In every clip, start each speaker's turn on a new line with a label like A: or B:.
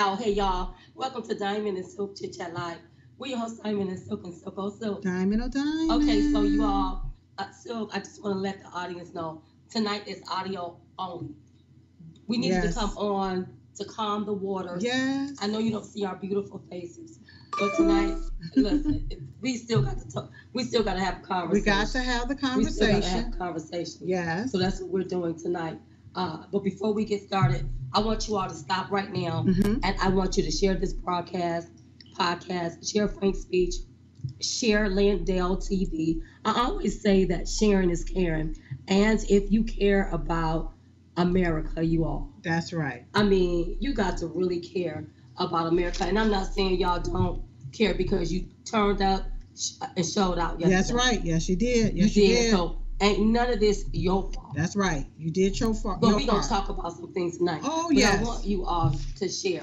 A: Oh, hey y'all. Welcome to Diamond and Silk Chit Chat Live. We're your host, Diamond and Silk and Silk Oh Silk.
B: Diamond or diamond.
A: Okay, so you all, uh, Silk, I just want to let the audience know tonight is audio only. We need you to
B: Yes.
A: come on to calm the waters.
B: Yes.
A: I know you don't see our beautiful faces, but tonight, listen, we still got to talk. We still got to have a
B: We
A: conversation.
B: got to have the
A: We still got to
B: conversation.
A: have a conversation.
B: Yes.
A: So that's what we're doing tonight. Uh, but before we get started, I want you all to stop right now.
B: Mhm.
A: And I want you to share this broadcast, podcast, share Frank's speech, share Landell TV. I always say that sharing is caring. And if you care about America, you all,
B: That's right.
A: I mean, you got to really care about America. And I'm not saying y'all don't care because you turned up sh- and showed out yesterday.
B: That's right. Yes, you did.
A: You
B: Yes, you,
A: did.
B: did.
A: So ain't none of this your fault.
B: That's right. You did your far.
A: But
B: your
A: we're going to
B: part.
A: talk about some things tonight.
B: Oh
A: But
B: yes.
A: I want you all to share.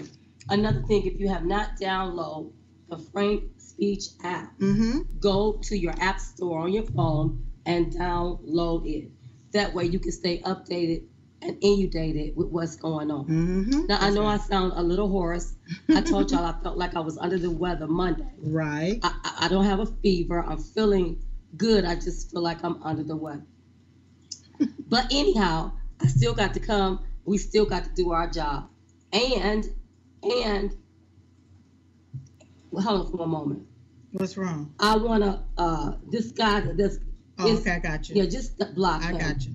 A: Another thing, if you have not downloaded the Frank Speech app,
B: mm-hmm.
A: go to your app store on your phone and download it. That way you can stay updated and inundated with what's going on.
B: Mm-hmm.
A: Now, I know I sound a little hoarse. I told y'all I felt like I was under the weather Monday.
B: Right.
A: I, I- I don't have a fever. I'm feeling good. I just feel like I'm under the weather. but anyhow, I still got to come. We still got to do our job. And and well, hold on for a moment.
B: What's wrong?
A: I wanna uh this guy this
B: Oh,
A: It's-
B: okay, I got you.
A: yeah just the block.
B: I
A: him.
B: got you.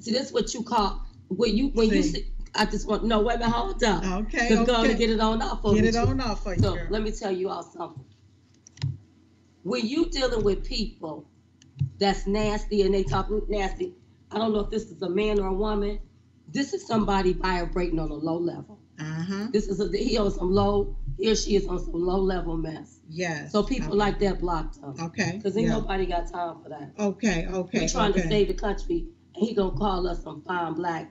A: See this what you call when you when you
B: See.
A: see, I just want no wait a minute hold up.
B: Okay.
A: Cause
B: okay.
A: gonna get it on off of
B: Get
A: me,
B: it
A: too.
B: on off for you.
A: So
B: girl.
A: let me tell you all something. When you dealing with people that's nasty and they talk nasty, I don't know if this is a man or a woman. This is somebody vibrating on a low level.
B: Uh-huh.
A: This is a, he on some low, he or she is on some low level mess.
B: Yes.
A: So people
B: okay.
A: like that blocked them
B: Okay.
A: because ain't
B: yeah.
A: nobody got time for that.
B: Okay. Okay.
A: We're trying
B: okay.
A: to save the country and he gonna call us some fine black.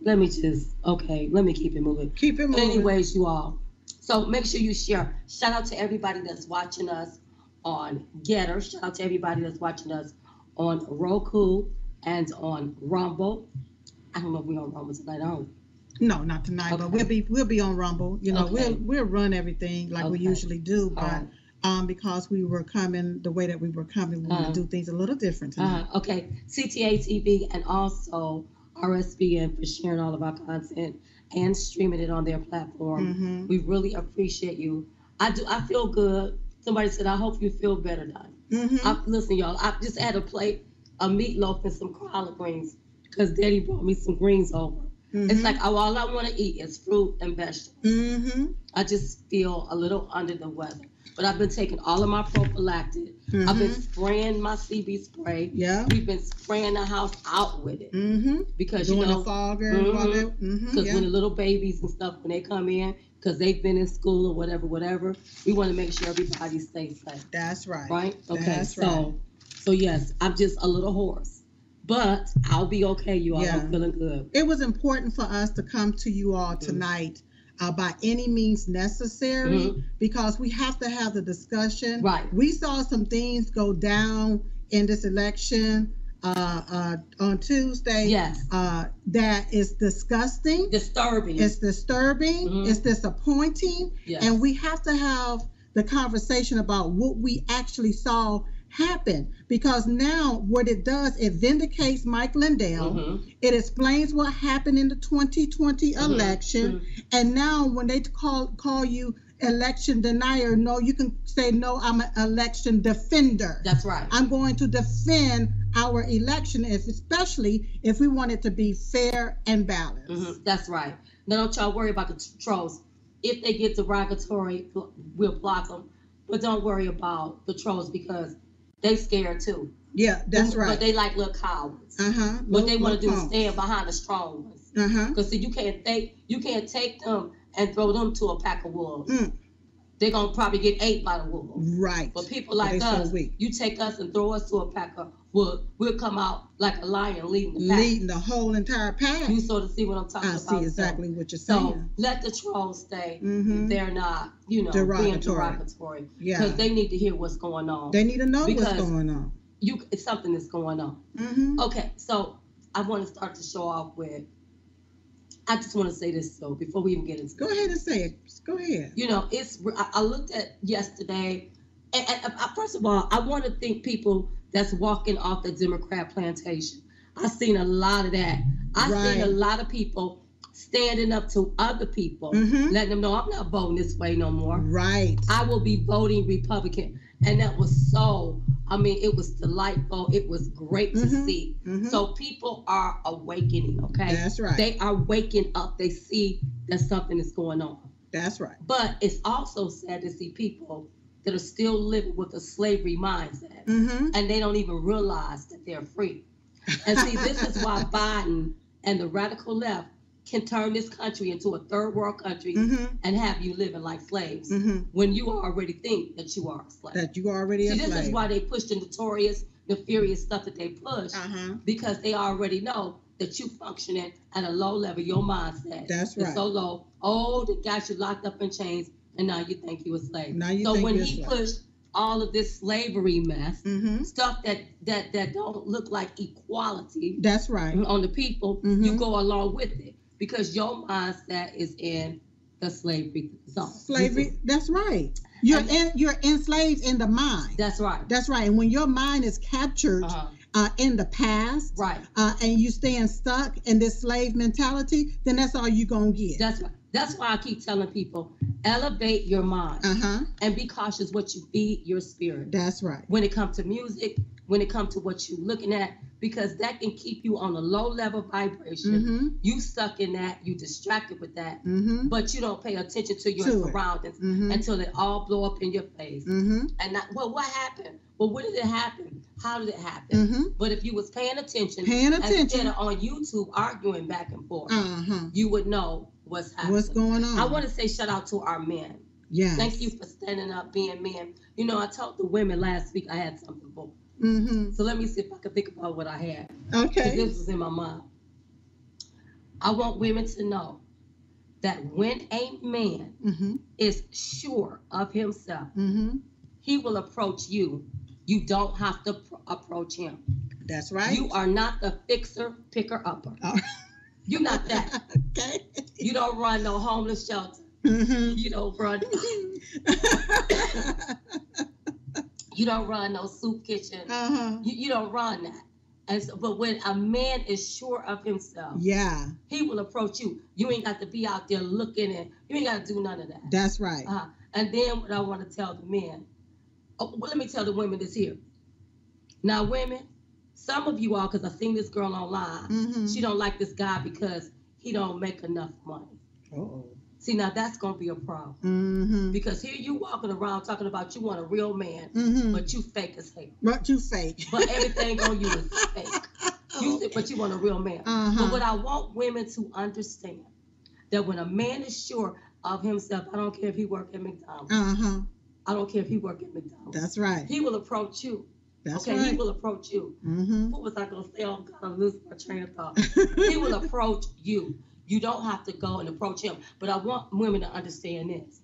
A: Let me just okay. Let me keep it moving.
B: Keep it moving.
A: Anyways, you all. So make sure you share. Shout out to everybody that's watching us on Getter. Shout out to everybody that's watching us on Roku and on Rumble. I don't know if we're on Rumble tonight. I don't.
B: No, not tonight, but
A: Okay.
B: we'll be we'll be on Rumble. You know,
A: Okay.
B: we'll we'll run everything like we
A: Okay.
B: usually do, but
A: Alright.
B: um because we were coming the way that we were coming, we want
A: Uh-huh.
B: to do things a little different tonight.
A: Uh, okay. CTA TV and also RSBN for sharing all of our content and streaming it on their platform.
B: hmm
A: We really appreciate you. I do. I feel good. Somebody said, "I hope you feel better." Now.
B: hmm
A: I, listen, y'all, I just had to plate a meatloaf and some collard greens because daddy brought me some greens over.
B: mm-hmm,
A: It's like oh, all I want to eat is fruit and vegetables.
B: hmm
A: I just feel a little under the weather. But I've been taking all of my prophylactic. I've been spraying my CB spray.
B: mm-hmm, yeah.
A: We've been spraying the house out with it
B: hmm
A: because
B: Doing
A: you know,
B: the fogger and all that. hmm
A: because
B: Yeah.
A: when the little babies and stuff when they come in, because they've been in school or whatever, whatever, we want to make sure everybody stays safe.
B: That's right.
A: right? Okay,
B: That's
A: so
B: right.
A: so yes, I'm just a little hoarse, but I'll be okay. You all,
B: Yeah.
A: I'm feeling good.
B: It was important for us to come to you all
A: Mm-hmm.
B: tonight uh, by any means necessary
A: Mhm.
B: because we have to have the discussion.
A: Right.
B: We saw some things go down in this election uh, uh, on Tuesday
A: Yes,
B: uh, that is disgusting.
A: disturbing.
B: It's disturbing.
A: Mhm.
B: It's disappointing.
A: yes.
B: And we have to have the conversation about what we actually saw happen because now what it does it vindicates mike lindell
A: Mhm.
B: it explains what happened in the 2020
A: Mhm.
B: election
A: Mhm.
B: and now when they call call you election denier no you can say no i'm an election defender
A: That's right.
B: i'm going to defend our election if, especially if we want it to be fair and balanced
A: Mhm. That's right. Now don't y'all worry about the trolls. If they get derogatory, we'll block them. But don't worry about the trolls because they scared too.
B: yeah that's
A: But
B: right
A: they like little cowards.
B: uh-huh
A: What they want to do is stand behind the strong ones.
B: uh-huh
A: Because see, you can't take you can't take them and throw them to a pack of wolves.
B: Mm.
A: They're gonna probably get ate by the wolves.
B: right
A: But people
B: But they
A: like
B: so
A: us,
B: weak.
A: you take us and throw us to a pack of wolves, we'll come out like a lion leading the pack.
B: leading the whole entire pack
A: You sort of see what I'm talking
B: i
A: about.
B: see
A: so-
B: exactly what you're
A: So,
B: saying
A: let the trolls stay.
B: Mhm.
A: They're not, you know, being
B: Derogatory.
A: derogatory
B: yeah
A: because they need to hear what's going on.
B: they need to know what's
A: because- Oh.
B: going on
A: you something is going on.
B: hmm
A: Okay, so I want to start the show off with. I just want to say this though before we even get into
B: Go ahead and say it. Just Go ahead.
A: you know, it's. I I looked at yesterday, and, and, uh, first of all, I want to thank people that's walking off the Democrat plantation. I seen a lot of that. I seen a
B: Right.
A: lot of people standing up to other people,
B: Mhm.
A: letting them know I'm not voting this way no
B: Mm-hmm.
A: more.
B: Right.
A: I will be voting Republican, and that was so. I mean, it was delightful. It was great to
B: Mhm.
A: see.
B: Mhm.
A: So people are awakening. Okay,
B: That's right.
A: they are waking up. They see that something is going on.
B: That's right.
A: But it's also sad to see people that are still living with a slavery mindset
B: Mm-hmm.
A: and they don't even realize that they're free. And see, this is why Biden and the radical left can turn this country into a third world country
B: Mm-hmm.
A: and have you living like slaves
B: Mm-hmm.
A: when you already think that you are a slave.
B: That you already
A: see,
B: a
A: this
B: slave.
A: is why they push the notorious, nefarious stuff that they push
B: uh-huh.
A: because they already know that you functioning at a low level. Your mindset
B: That's
A: is
B: right.
A: so low. Oh, they got you locked up in chains, and now you think you a slave.
B: Now you
A: so
B: think
A: when
B: this
A: he
B: way.
A: pushed all of this slavery mess,
B: Mm-hmm.
A: stuff that that that don't look like equality
B: That's right.
A: on the people, you
B: Mhm.
A: go along with it because your mindset is in the slavery zone.
B: Slavery. That's right. You're
A: And-
B: in, you're enslaved in the mind.
A: That's right.
B: That's right. And when your mind is captured
A: Uh-huh.
B: uh, in the past,
A: Right.
B: uh, and you staying stuck in this slave mentality, then that's all you gonna get.
A: That's right. That's why I keep telling people, elevate your mind
B: Uh huh.
A: and be cautious what you feed your spirit.
B: That's right.
A: when it comes to music, when it comes to what you're looking at, because that can keep you on a low level vibration.
B: Mm-hmm.
A: You stuck in that, you distracted with that,
B: Mm-hmm.
A: but you don't pay attention to your
B: To it.
A: surroundings
B: Mm-hmm.
A: until it all blow up in your face.
B: Mm-hmm.
A: And not, well, what happened? Well, when did it happen? How did it happen?
B: Mm-hmm.
A: But if you was paying attention,
B: Paying
A: instead
B: attention.
A: of on YouTube arguing back and forth,
B: Uh huh.
A: you would know what's happening.
B: What's going on?
A: I want to say shout out to our men.
B: Yes.
A: Thank you for standing up, being men. You know, I told the women last week I had something for
B: Mm-hmm.
A: So let me see if I can think about what I had. 'cause
B: Okay.
A: This was in my mind. I want women to know that when a man
B: Mm-hmm.
A: is sure of himself,
B: Mm-hmm.
A: he will approach you. You don't have to pr- approach him.
B: That's right. Oh.
A: You are not the fixer, picker, upper.
B: All right.
A: You're not that.
B: okay.
A: You don't run no homeless shelter.
B: Mm-hmm.
A: You don't run. You don't run no soup kitchen.
B: uh-huh.
A: You, you don't run that. And so, but when a man is sure of himself,
B: Yeah,
A: He will approach you. You ain't got to be out there looking and you ain't got to do none of that.
B: that's right.
A: Uh, and then what I want to tell the men, oh, well, let me tell the women this here. Now, women, some of you all, because I seen this girl online,
B: Mm-hmm.
A: she don't like this guy because he don't make enough money.
B: oh.
A: See, now that's gonna be a problem
B: Mm-hmm.
A: because here you walking around talking about you want a real man,
B: Mm-hmm.
A: but you fake as hell.
B: But you fake.
A: But everything on you is fake. You said, but you want a real man. But
B: Oh. Uh-huh.
A: what I want women to understand that when a man is sure of himself, I don't care if he work at McDonald's.
B: Uh-huh.
A: I don't care if he work at McDonald's.
B: That's right.
A: He will approach you.
B: That's
A: okay, he
B: right.
A: will approach you.
B: Mm-hmm.
A: What was I gonna say? Oh God, I'm losing my train of thought. he will approach you. You don't have to go and approach him. But I want women to understand this.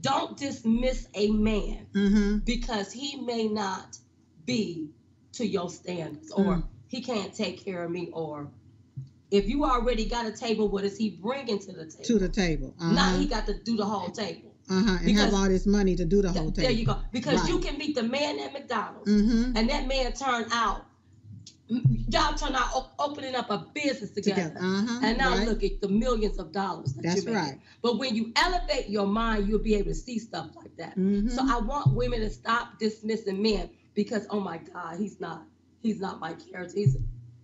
A: Don't dismiss a man
B: Mm-hmm.
A: because he may not be to your standards or
B: Mm.
A: he can't take care of me or if you already got a table what is he bringing to the table
B: To the table. Uh-huh.
A: now he got to do the whole table
B: uh-huh. And
A: because-
B: have all this money to do the whole
A: Th- there you
B: table.
A: go because
B: Right.
A: you can meet the man at mcdonald's
B: Mm-hmm.
A: and that man turn out y'all turn out op- opening up a business together,
B: Together. Uh-huh.
A: and now
B: right?
A: look at the millions of dollars that
B: That's
A: you're making.
B: right.
A: but when you elevate your mind you'll be able to see stuff like that
B: Mm-hmm.
A: So I want women to stop dismissing men because oh my God, he's not he's not my character. He's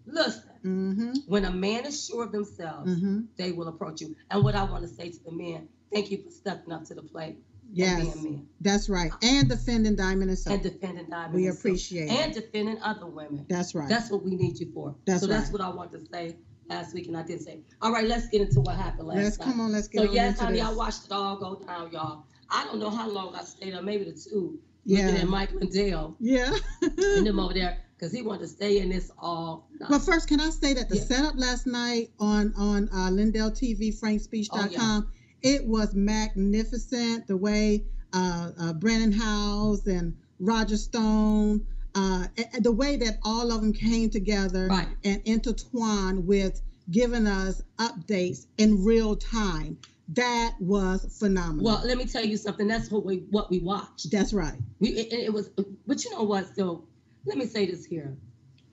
A: listen,
B: mm-hmm.
A: when a man is sure of themselves,
B: Mm-hmm.
A: they will approach you. And what I want to say to the men, thank you for stepping up to the plate
B: Yes.
A: and being men
B: That's right. And defending Diamond and
A: and
B: Silk.
A: defending diamond.
B: We
A: and silk,
B: appreciate it.
A: and defending other women.
B: That's right.
A: That's what we need you for.
B: That's
A: so that's
B: right.
A: what I want to say last week, and I did say. All right, let's get into what happened last
B: Let's
A: night.
B: come on, let's get
A: so
B: on
A: yes,
B: into
A: honey,
B: this.
A: I watched it all go down, y'all. I don't know how long I stayed up, maybe the two. Looking
B: yeah.
A: at Mike Lindell.
B: Yeah.
A: and them over there because he wanted to stay in this all night.
B: But first, can I say that the
A: Yeah.
B: setup last night on on uh, Lindell TV,
A: Oh,
B: FrankSpeech.com,
A: yeah.
B: it was magnificent. The way uh, uh, Brandon House and Roger Stone, uh, a- a- the way that all of them came together
A: Right.
B: and intertwined with giving us updates in real time. That was phenomenal.
A: Well, let me tell you something. That's what we what we watched.
B: That's right.
A: We it, it was, but you know what? So let me say this here.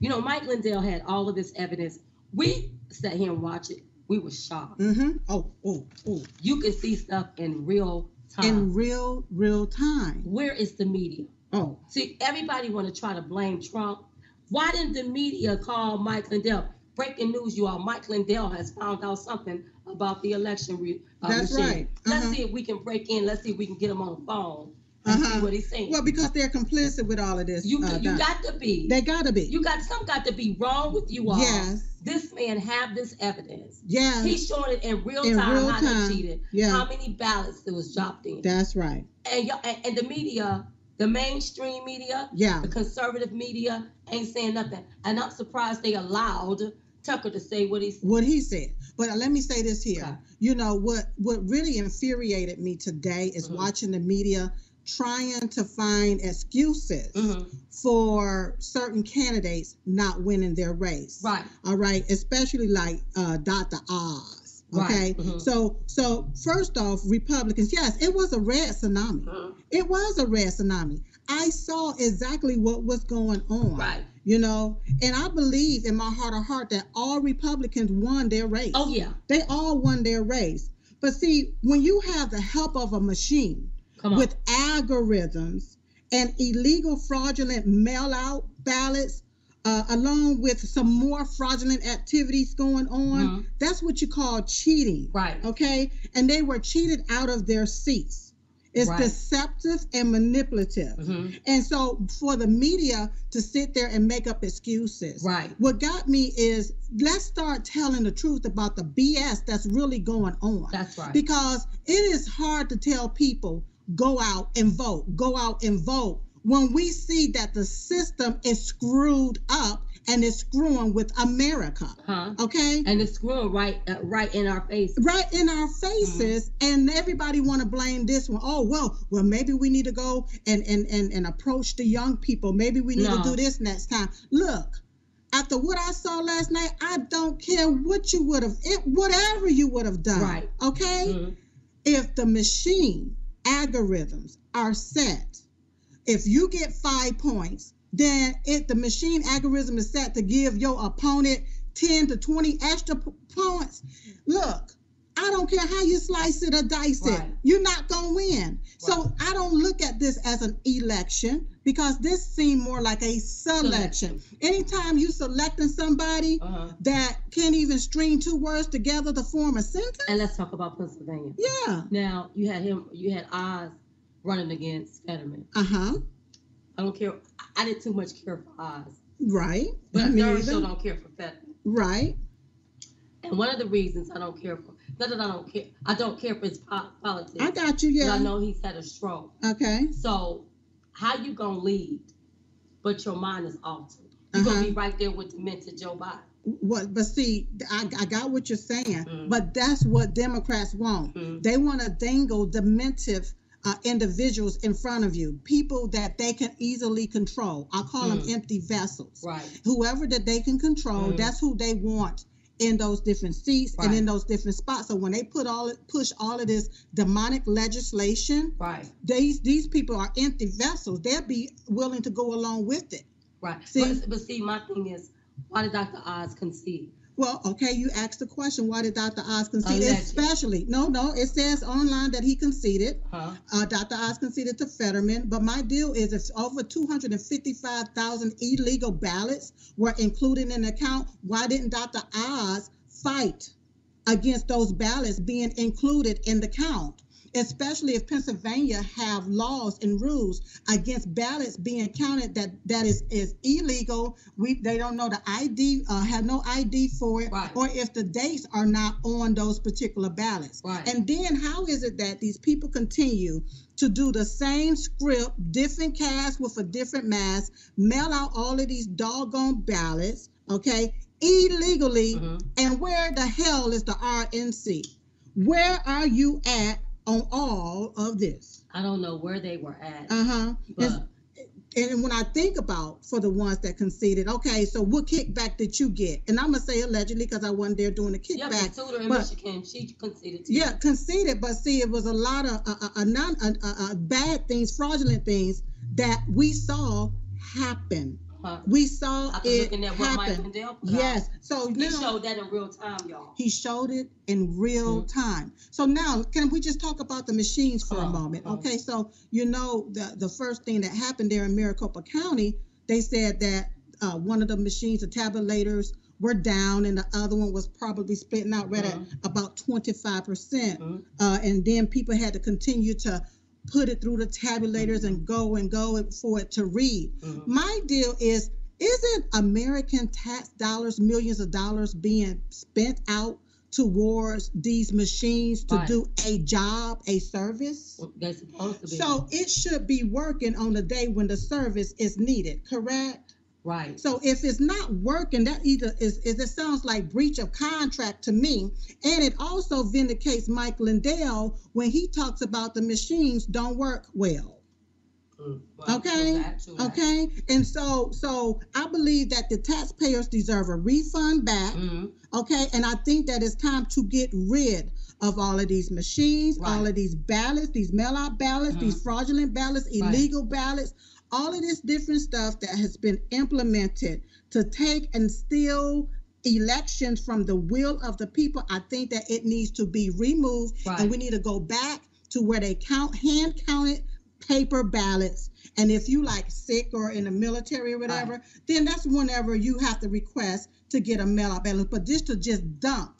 A: You know, Mike Lindell had all of this evidence. We sat here and watched it. We were shocked.
B: Mm-hmm. Oh, oh, oh.
A: You can see stuff in real time.
B: In real, real time.
A: Where is the media?
B: Oh,
A: See, everybody want to try to blame Trump. Why didn't the media call Mike Lindell? Breaking news, you all. Mike Lindell has found out something about the election re- uh,
B: That's
A: machine.
B: right.
A: Let's
B: Uh-huh.
A: see if we can break in. Let's see if we can get him on the phone and see
B: Uh-huh.
A: what he's saying.
B: well, because they're complicit with all of this.
A: you
B: uh,
A: you
B: Don.
A: got to be.
B: they gotta be.
A: you got some got to be wrong with you all.
B: yes,
A: This man have this evidence.
B: yes,
A: He's showing it in real
B: In
A: time
B: real
A: how
B: time.
A: they cheated,
B: yeah.
A: how many ballots that was dropped in,
B: that's right.
A: and, y'all, and and the media, the mainstream media,
B: Yeah,
A: The conservative media ain't saying nothing. And I'm surprised they allowed Tucker to say what he said.
B: what he said. But uh, let me say this here.
A: Okay.
B: You know what? What really infuriated me today is
A: Mhm.
B: watching the media trying to find excuses
A: Mm-hmm.
B: for certain candidates not winning their race.
A: Right.
B: All right, especially like uh, Dr. Oz.
A: Right,
B: Okay,
A: mhm.
B: so so first off, Republicans. Yes, it was a red tsunami.
A: Mm-hmm.
B: It was a red tsunami. I saw exactly what was going on.
A: Right.
B: You know, and I believe in my heart of heart that all Republicans won their race.
A: Oh, yeah.
B: They all won their race. But see, when you have the help of a machine
A: Come on.
B: with algorithms and illegal fraudulent mail out ballots, uh, along with some more fraudulent activities going on,
A: Mhm.
B: that's what you call cheating
A: Right.
B: okay? And they were cheated out of their seats. It's
A: Right.
B: deceptive and manipulative.
A: Mhm.
B: And so for the media to sit there and make up excuses.
A: Right.
B: What got me is let's start telling the truth about the BS that's really going on.
A: That's right.
B: Because it is hard to tell people go out and vote, go out and vote when we see that the system is screwed up and is screwing with America.
A: Huh?
B: Okay?
A: And it's screwing right, uh, right in our face.
B: right in our faces
A: Mm-hmm.
B: and everybody want to blame this one. Oh well, well maybe we need to go and and and, and approach the young people. Maybe we need
A: No.
B: to do this next time. Look, after what I saw last night, I don't care what you would have it whatever you would have done.
A: Right.
B: Okay?
A: Mhm.
B: If the machine algorithms are set, if you get 5 points, then if the machine algorithm is set to give your opponent 10 to 20 extra p- points. Look, I don't care how you slice it or dice it,
A: Right.
B: you're not going to win. So I don't look at this as an election because this seemed more like a selection. Anytime you selecting somebody
A: Uh-huh.
B: that can't even string two words together to form a sentence,
A: And let's talk about Pennsylvania.
B: yeah.
A: Now, you had him, you had Oz running against Fetterman.
B: Uh huh.
A: I don't care. I- I didn't too much care for Oz.
B: Right.
A: But
B: Me
A: I darn sure
B: neither.
A: don't care for Fetterman.
B: Right.
A: And one of the reasons I don't care for, not that I don't care, I don't care for his po- politics.
B: I got you.
A: but I
B: Yeah.
A: know he's had a stroke.
B: Okay.
A: So how you gonna lead, but your mind is altered? You're gonna be
B: Uh-huh.
A: right there with demented Joe Biden.
B: What? But see, I, I got what you're saying.
A: Mhm.
B: But that's what Democrats want.
A: Mhm.
B: They want to dangle dementive uh, individuals in front of you, people that they can easily control. I call
A: Mhm.
B: them empty vessels.
A: Right.
B: Whoever that they can control,
A: Mhm.
B: that's who they want in those different seats and
A: Right.
B: in those different spots. So when they put all push all of this demonic legislation
A: Right.
B: these these people are empty vessels. They'll be willing to go along with it.
A: Right.
B: See?
A: But, but see, my thing is, why did Dr. Oz concede?
B: Well, okay, you asked the question. Why did Dr. Oz concede?
A: Alleged.
B: Especially, no, no, it says online that he conceded.
A: Huh?
B: Uh, Dr. Oz conceded to Fetterman. But my deal is, if over two hundred and fifty-five thousand illegal ballots were included in the count, why didn't Dr. Oz fight against those ballots being included in the count? Especially if Pennsylvania have laws and rules against ballots being counted that that is is illegal. We they don't know the ID uh, have no ID for it,
A: Right.
B: or if the dates are not on those particular ballots.
A: Right.
B: And then how is it that these people continue to do the same script, different cast with a different mask, mail out all of these doggone ballots, okay, illegally?
A: Mhm.
B: And where the hell is the RNC? Where are you at on all of this?
A: I don't know where they were at,
B: Uh huh.
A: but
B: And when I think about for the ones that conceded, okay, so what kickback did you get? And I'm gonna say allegedly because I wasn't there doing the
A: Yeah,
B: kickback.
A: Miss Tudor in
B: but-
A: Michigan, she conceded to
B: Yeah, conceded, but see, it was a lot of uh, uh, uh, non uh, uh, uh, bad things, fraudulent things that we saw happen.
A: Huh.
B: We saw
A: After
B: it
A: looking at what Mike
B: happen.
A: Lindell put out,
B: Yes. So
A: he
B: now
A: showed that in real time, y'all.
B: he showed it in real
A: Mm-hmm.
B: time. So now, can we just talk about the machines for a
A: Uh-huh,
B: moment?
A: uh-huh.
B: Okay, so you know the the first thing that happened there in Maricopa County, they said that uh, one of the machines, the tabulators, were down, and the other one was probably splitting out right
A: Mhm.
B: at about twenty five percent.
A: Mhm.
B: Uh, and then people had to continue to put it through the tabulators and go and go for it to read.
A: Mhm.
B: My deal is, isn't American tax dollars, millions of dollars being spent out towards these machines to
A: Right.
B: do a job, a service?
A: They're supposed to be
B: So it should be working on the day when the service is needed, correct?
A: right.
B: So if it's not working, that either is, is it sounds like breach of contract to me. And it also vindicates Mike Lindell when he talks about the machines don't work well.
A: Mm. Well,
B: Okay,
A: true that, true that.
B: Okay, and so so I believe that the taxpayers deserve a refund back.
A: Mhm.
B: Okay, and I think that it's time to get rid of all of these machines, all
A: Right. Mm-hmm.
B: of these ballots, these mail out ballots, these fraudulent ballots,
A: Right.
B: illegal ballots, all of this different stuff that has been implemented to take and steal elections from the will of the people. I think that it needs to be removed
A: Right.
B: and we need to go back to where they count hand counted paper ballots. And if you like sick or in the military or whatever, then that's whenever you have to request to get a mail out ballot. But just to just dump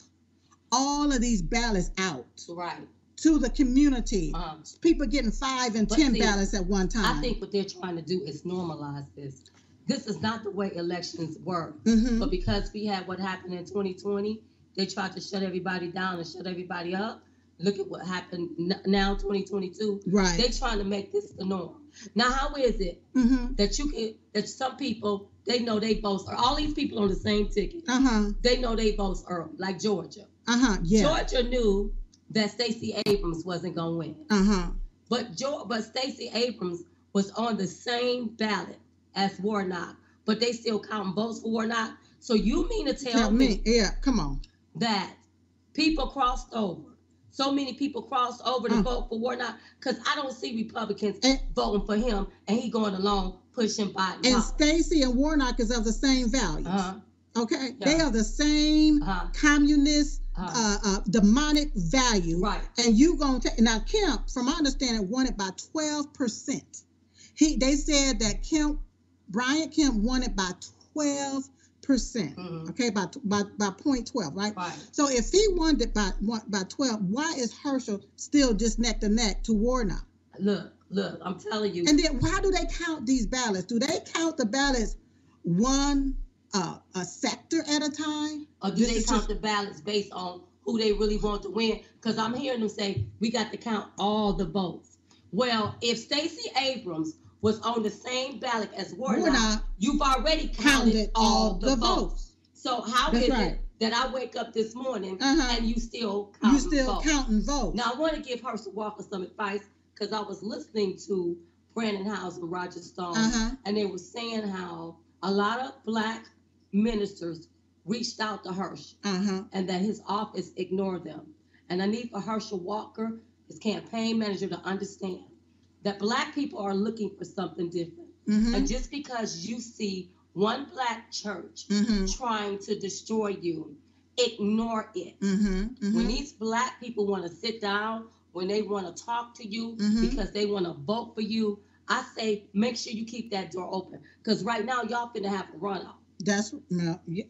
B: all of these ballots out
A: right.
B: to the community.
A: Um,
B: People getting five and
A: But
B: ten
A: see,
B: ballots at one time.
A: I think what they're trying to do is normalize this. This is not the way elections work.
B: Mhm.
A: But because we had what happened in 2020, they tried to shut everybody down and shut everybody up. Look at what happened n- now, 2022. They're
B: Right.
A: trying to make this the norm. Now, how is it
B: hmm
A: that you can, that some people, they know they votes are, all these people on the same ticket,
B: Uh huh.
A: they know they votes are, like Georgia.
B: Uh huh. Yeah.
A: Georgia knew that Stacey Abrams wasn't going to win.
B: Uh huh.
A: But Joe, but Stacey Abrams was on the same ballot as Warnock, but they still counting votes for Warnock. So you mean to tell,
B: Tell
A: me, Uh-huh.
B: me. Yeah. Come on.
A: that people crossed over? So many people crossed over to
B: Mm.
A: vote for Warnock because I don't see Republicans
B: And-
A: voting for him, and he going along pushing Biden.
B: And
A: out.
B: Stacy and Warnock is of the same values.
A: Uh-huh,
B: Okay.
A: Yeah.
B: They are the same
A: uh-huh,
B: communist
A: uh-huh.
B: uh, uh, demonic value,
A: right,
B: and you gonna take now Kemp, from my understanding, won it by twelve percent. He they said that Kemp, Brian Kemp, won it by twelve percent.
A: mhm,
B: Okay, by t- by by point twelve, right?
A: right.
B: So if he won it by won- by twelve, why is Herschel still just neck to neck to Warnock?
A: Look, look, I'm telling you.
B: And then why do they count these ballots? Do they count the ballots one uh, a sector at a time?
A: Or do
B: This
A: they
B: is
A: count
B: just-
A: the ballots based on who they really want to win? Because I'm hearing them say we got to count all the votes. Well, if Stacey Abrams was on the same ballot as Warnock,
B: Warnock
A: you've already counted,
B: counted
A: all the, votes. So how
B: That's
A: is
B: right.
A: it that I wake up this morning
B: Uh-huh.
A: and you still count
B: You still
A: votes?
B: counting votes.
A: Now I want to give Herschel Walker some advice because I was listening to Brandon House and Roger Stone
B: Uh-huh.
A: and they were saying how a lot of black ministers reached out to Hersh
B: Uh-huh.
A: and that his office ignored them. And I need for Herschel Walker, his campaign manager, to understand that black people are looking for something different.
B: Mm-hmm.
A: And just because you see one black church
B: Mm-hmm.
A: trying to destroy you, ignore it.
B: Mm-hmm.
A: When
B: Mm-hmm.
A: these black people want to sit down, when they want to talk to you
B: Mhm.
A: because they want to vote for you, I say make sure you keep that door open. Because right now, y'all finna have a runoff.
B: That's no. Yeah.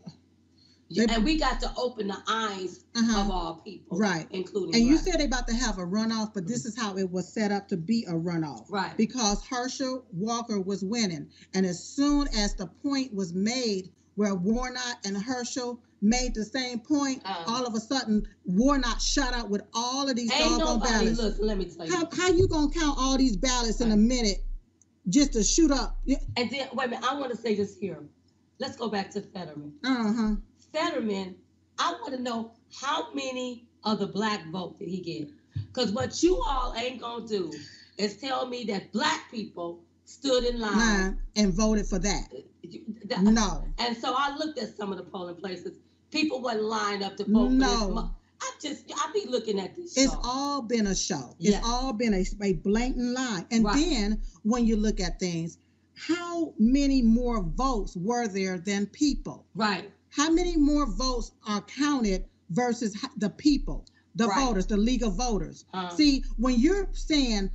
B: They-
A: And we got to open the eyes of
B: Uh-huh.
A: all people,
B: Right.
A: including
B: And you
A: black.
B: said they about to have a runoff, but this is how it was set up to be a runoff.
A: Right.
B: Because Herschel Walker was winning. And as soon as the point was made where Warnock and Herschel made the same point,
A: Uh.
B: all of a sudden Warnock shut out with all of these
A: Ain't
B: doggone
A: nobody,
B: ballots.
A: listen, let me tell you.
B: How how you gonna count all these ballots in a
A: Right.
B: minute just to shoot up? Yeah.
A: And then, wait a minute, I want to say this here. Let's go back to Fetterman.
B: Uh-huh.
A: Fetterman, I want to know how many of the black vote did he get? Because what you all ain't gonna do is tell me that black people stood in line.
B: line and voted for that.
A: You- the-
B: No.
A: And so I looked at some of the polling places. People were lined up to vote. for this
B: No.
A: mo- I just, I be looking at this.
B: It's
A: y'all.
B: all been a show.
A: Yeah.
B: It's all been a, a blatant lie. And
A: Right.
B: then when you look at things, how many more votes were there than people?
A: Right.
B: How many more votes are counted versus h- the people, the
A: Right.
B: voters, the legal voters?
A: Uh,
B: See, when you're saying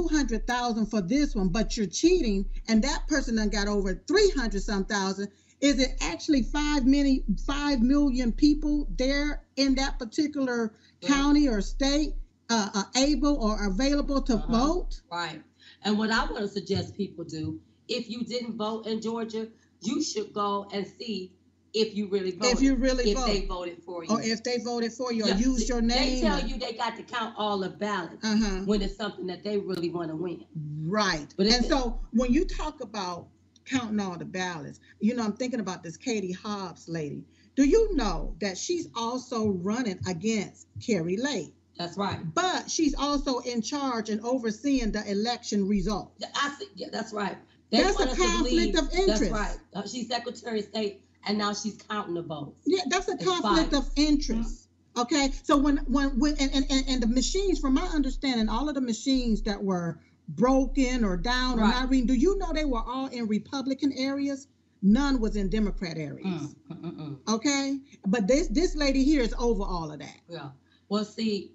B: 200,000 for this one, but you're cheating, and that person done got over 300 some thousand, is it actually five many five million people there in that particular
A: Yeah.
B: county or state uh, are able or available to
A: Uh-huh.
B: vote?
A: Right. And what I want to suggest people do, if you didn't vote in Georgia, you should go and see if you really voted.
B: If you really
A: if
B: vote,
A: they voted for you.
B: or if they voted for you, or
A: Yeah,
B: used your
A: They
B: name.
A: tell you they got to count all the ballots
B: uh huh.
A: when it's something that they really want to win.
B: Right.
A: But it's-
B: and so when you talk about counting all the ballots, you know, I'm thinking about this Katie Hobbs lady. Do you know that she's also running against Carrie Lake?
A: That's right.
B: But she's also in charge and overseeing the election result.
A: Th- I see, yeah, that's right. They
B: That's
A: want
B: a
A: us to
B: conflict
A: believe-
B: of
A: That's
B: interest.
A: right. Uh, she's Secretary of State, and now she's counting the votes.
B: Yeah, that's a
A: It's
B: conflict
A: fine.
B: of interest.
A: Uh-huh.
B: Okay, so when when when and, and and- and the machines, from my understanding, all of the machines that were broken or down or
A: Right.
B: not reading, do you know they were all in Republican areas? None was in Democrat areas.
A: Mm, mm, mm, mm.
B: Okay, but this this lady here is over all of that.
A: Yeah. Well, see,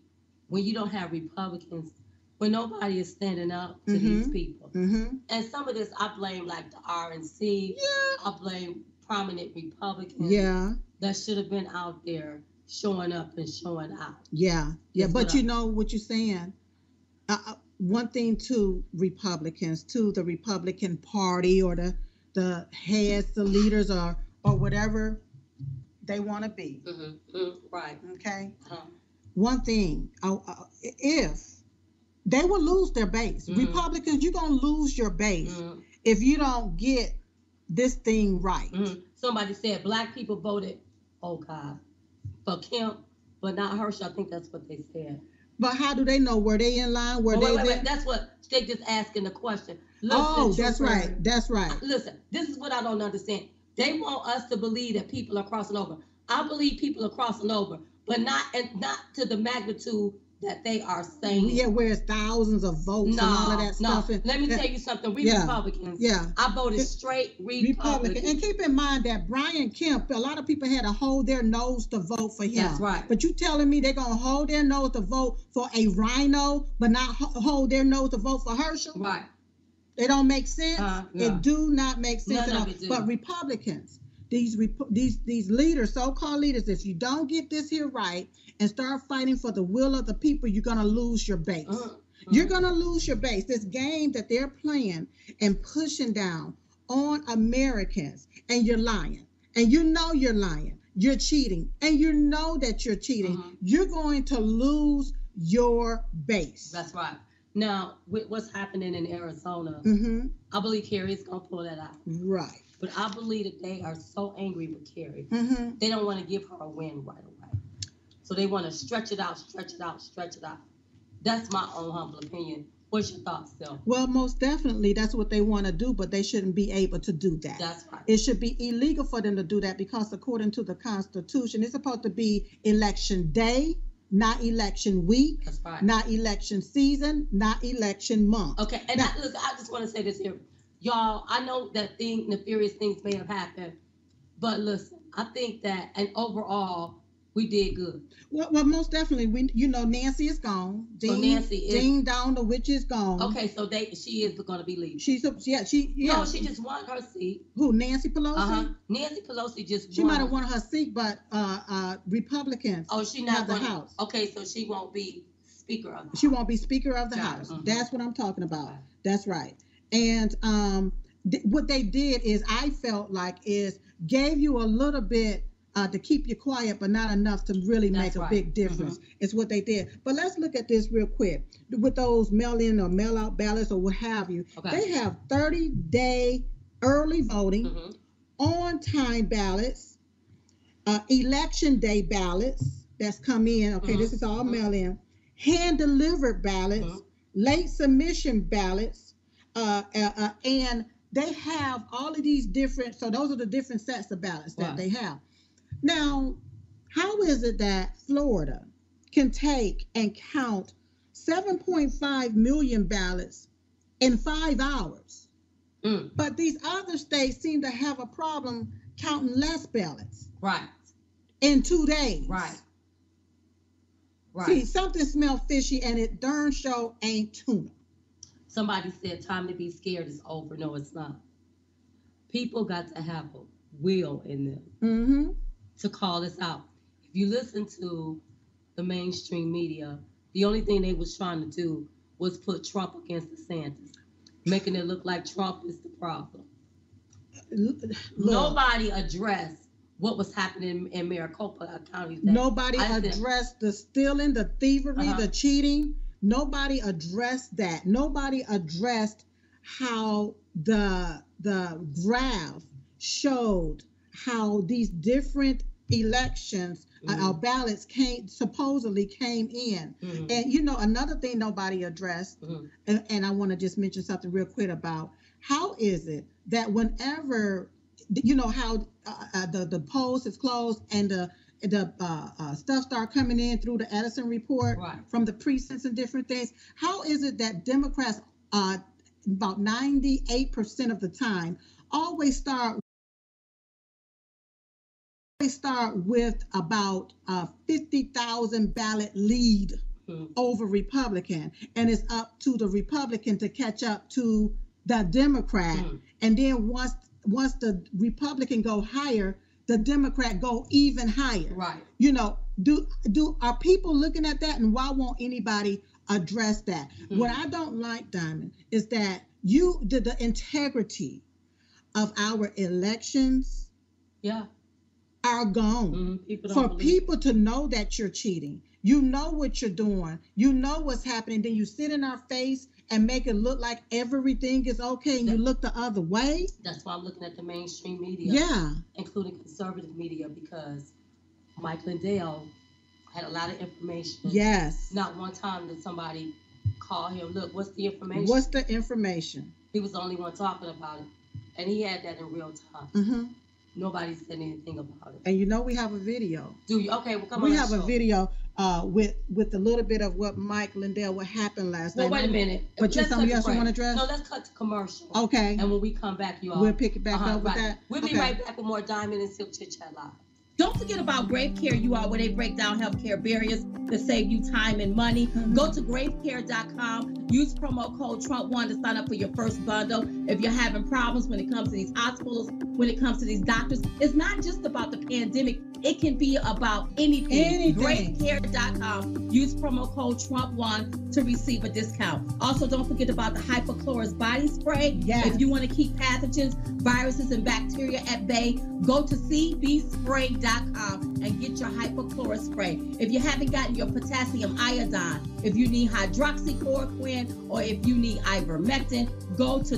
A: when you don't have Republicans, when nobody is standing up to
B: Mhm.
A: these people,
B: Mm-hmm.
A: and some of this I blame like the RNC.
B: Yeah.
A: I blame prominent Republicans
B: Yeah,
A: that should have been out there showing up and showing out.
B: yeah, yeah.
A: That's what
B: But
A: I-
B: you know what you're saying. Uh, uh, one thing to Republicans, to the Republican Party or the the heads, the leaders, or or whatever they want to be.
A: Mm-hmm. Mm, right.
B: Okay.
A: Uh-huh.
B: One thing, uh, uh, if they will lose their base,
A: Mhm.
B: Republicans, you're gonna lose your base
A: Mm,
B: if you don't get this thing right.
A: mm. Somebody said black people voted, oh God, for Kemp, but not Herschel. I think that's what they said.
B: But how do they know? Were they in line? Were
A: But Oh, wait,
B: they
A: wait,
B: there?
A: wait, that's what they just asking the question. Listen,
B: Oh, that's
A: Trooper,
B: right. That's right.
A: Listen, this is what I don't understand. They want us to believe that people are crossing over. I believe people are crossing over, but not and not to the magnitude that they are saying.
B: Yeah, where it's thousands of votes
A: no,
B: and all of that
A: no.
B: stuff. and-
A: Let me
B: that-
A: tell you something. We
B: Yeah.
A: Republicans,
B: Yeah.
A: I voted straight Republican.
B: Republican. And keep in mind that Brian Kemp, a lot of people had to hold their nose to vote for him.
A: That's right.
B: But you telling me they're gonna hold their nose to vote for a rhino, but not ho- hold their nose to vote for Herschel?
A: Right.
B: It don't make sense.
A: Uh, no.
B: It do not make sense
A: None
B: at
A: of
B: all.
A: it do.
B: But Republicans, these rep- these these leaders, so-called leaders, if you don't get this here right and start fighting for the will of the people, you're gonna lose your base.
A: Mm,
B: You're gonna lose your base. This game that they're playing and pushing down on Americans, and you're lying, and you know you're lying. You're cheating, and you know that you're cheating.
A: Mhm.
B: You're going to lose your base.
A: That's right. Now, with what's happening in Arizona,
B: mm-hmm.
A: I believe Kerry's gonna pull that out.
B: Right.
A: But I believe that they are so angry with Kerry.
B: Mm-hmm.
A: they don't want to give her a win right away. So they want to stretch it out, stretch it out, stretch it out. That's my own humble opinion. What's your thoughts, Phil?
B: Well, most definitely, that's what they want to do, but they shouldn't be able to do that.
A: That's right.
B: it should be illegal for them to do that because, according to the Constitution, it's supposed to be election day, not election week,
A: That's right.
B: not election season, not election month.
A: Okay, and I, listen, I just want to say this here, y'all. I know that thing, nefarious things may have happened, but listen, I think that, and overall, we did good.
B: Well, well, most definitely, we you know Nancy is gone.
A: So Nancy is-
B: Ding down, the witch is gone.
A: Okay, so they, she is going to be leaving.
B: she's a, yeah she Mm-hmm. yeah
A: No, she just won her seat.
B: who Nancy Pelosi.
A: Uh huh. Nancy Pelosi just
B: She
A: won.
B: might have won her seat, but uh, uh, Republicans.
A: Oh, she not
B: Not the
A: gonna-
B: House.
A: Okay, so she won't be Speaker of the
B: She won't be Speaker of the
A: Got it.
B: House.
A: Mhm.
B: That's what I'm talking about.
A: House.
B: That's right. And um, th- what they did is, I felt like is gave you a little bit uh, to keep you quiet, but not enough to really
A: That's
B: make a
A: right. Mm-hmm.
B: big difference. Is what they did. But let's look at this real quick with those mail-in or mail-out ballots or what have you.
A: Okay.
B: They have 30-day early voting,
A: Mhm.
B: on-time ballots, uh, election day ballots that's come in. Okay, this is all
A: Mhm.
B: mail-in, hand-delivered ballots,
A: Mhm.
B: late submission ballots, uh, uh, uh, and they have all of these different. So those are the different sets of ballots that
A: Right.
B: they have. Now, how is it that Florida can take and count 7.5 million ballots in five hours?
A: Mm.
B: But these other states seem to have a problem counting less ballots
A: Right,
B: in two days.
A: right.
B: See,
A: Right.
B: something smell fishy and it darn show ain't tuna.
A: Somebody said time to be scared is over. No, it's not. People got to have a will in them.
B: Mm-hmm.
A: to call us out. If you listen to the mainstream media, the only thing they was trying to do was put Trump against DeSantis, making it look like Trump is the problem.
B: Look,
A: Nobody addressed what was happening in Maricopa County. that-
B: nobody
A: I said-
B: addressed the stealing, the thievery,
A: Uh-huh.
B: the cheating. Nobody addressed that. Nobody addressed how the the graph showed how these different elections uh,
A: Mhm.
B: uh, ballots came supposedly came in.
A: Mhm,
B: And you know another thing nobody addressed
A: mhm.
B: and, and I want to just mention something real quick about how is it that whenever you know how uh, uh, the the polls is closed and the the uh, uh, stuff start coming in through the Edison report
A: Right.
B: from the precincts and different things. How is it that Democrats uh, about ninety eight percent of the time always start always start with about uh, fifty thousand ballot lead
A: Mhm.
B: over Republican, and it's up to the Republican to catch up to the Democrat.
A: Mm.
B: And then once once the Republican go higher, the Democrat go even higher.
A: Right.
B: You know, do do are people looking at that, and why won't anybody address that? What
A: Mm-hmm.
B: I don't like, Diamond, is that you did the integrity of our elections
A: Yeah.
B: are gone
A: mhm, People don't
B: for
A: believe.
B: people to know that you're cheating. You know what you're doing. You know what's happening. Then you sit in our face and make it look like everything is okay, and you look the other way.
A: That's why I'm looking at the mainstream media.
B: Yeah.
A: including conservative media, because Mike Lindell had a lot of information.
B: Yes.
A: Not one time did somebody call him, look, what's the information?
B: What's the information?
A: He was the only one talking about it. And he had that in real time.
B: hmm
A: Nobody said anything about it.
B: And you know we have a video.
A: Do you? Okay, well, come on.
B: we
A: let's
B: have a
A: show.
B: video uh, with with a little bit of what Mike Lindell what happened last
A: Well,
B: night.
A: wait a minute.
B: But you
A: Let's
B: something
A: cut
B: else
A: to
B: you want to
A: break.
B: address?
A: No, let's cut to commercial.
B: Okay.
A: And when we come back, y'all.
B: We'll pick it back
A: Uh-huh,
B: up with
A: right.
B: that.
A: We'll
B: Okay.
A: be right back with more Diamond and Silk Chit Chat Live. Don't forget about Grave Care You Are, where they break down healthcare barriers to save you time and money.
B: Mhm.
A: Go to gravecare.com, use promo code Trump1 to sign up for your first bundle. If you're having problems when it comes to these hospitals, when it comes to these doctors, it's not just about the pandemic, it can be about anything.
B: Anything.
A: Gravecare.com, use promo code Trump1 to receive a discount. Also, don't forget about the hypochlorous body spray.
B: Yes.
A: If you want to keep pathogens, viruses, and bacteria at bay, go to cbspray.com and get your hypochlorous spray. If you haven't gotten your potassium iodine, if you need hydroxychloroquine, or if you need ivermectin, go to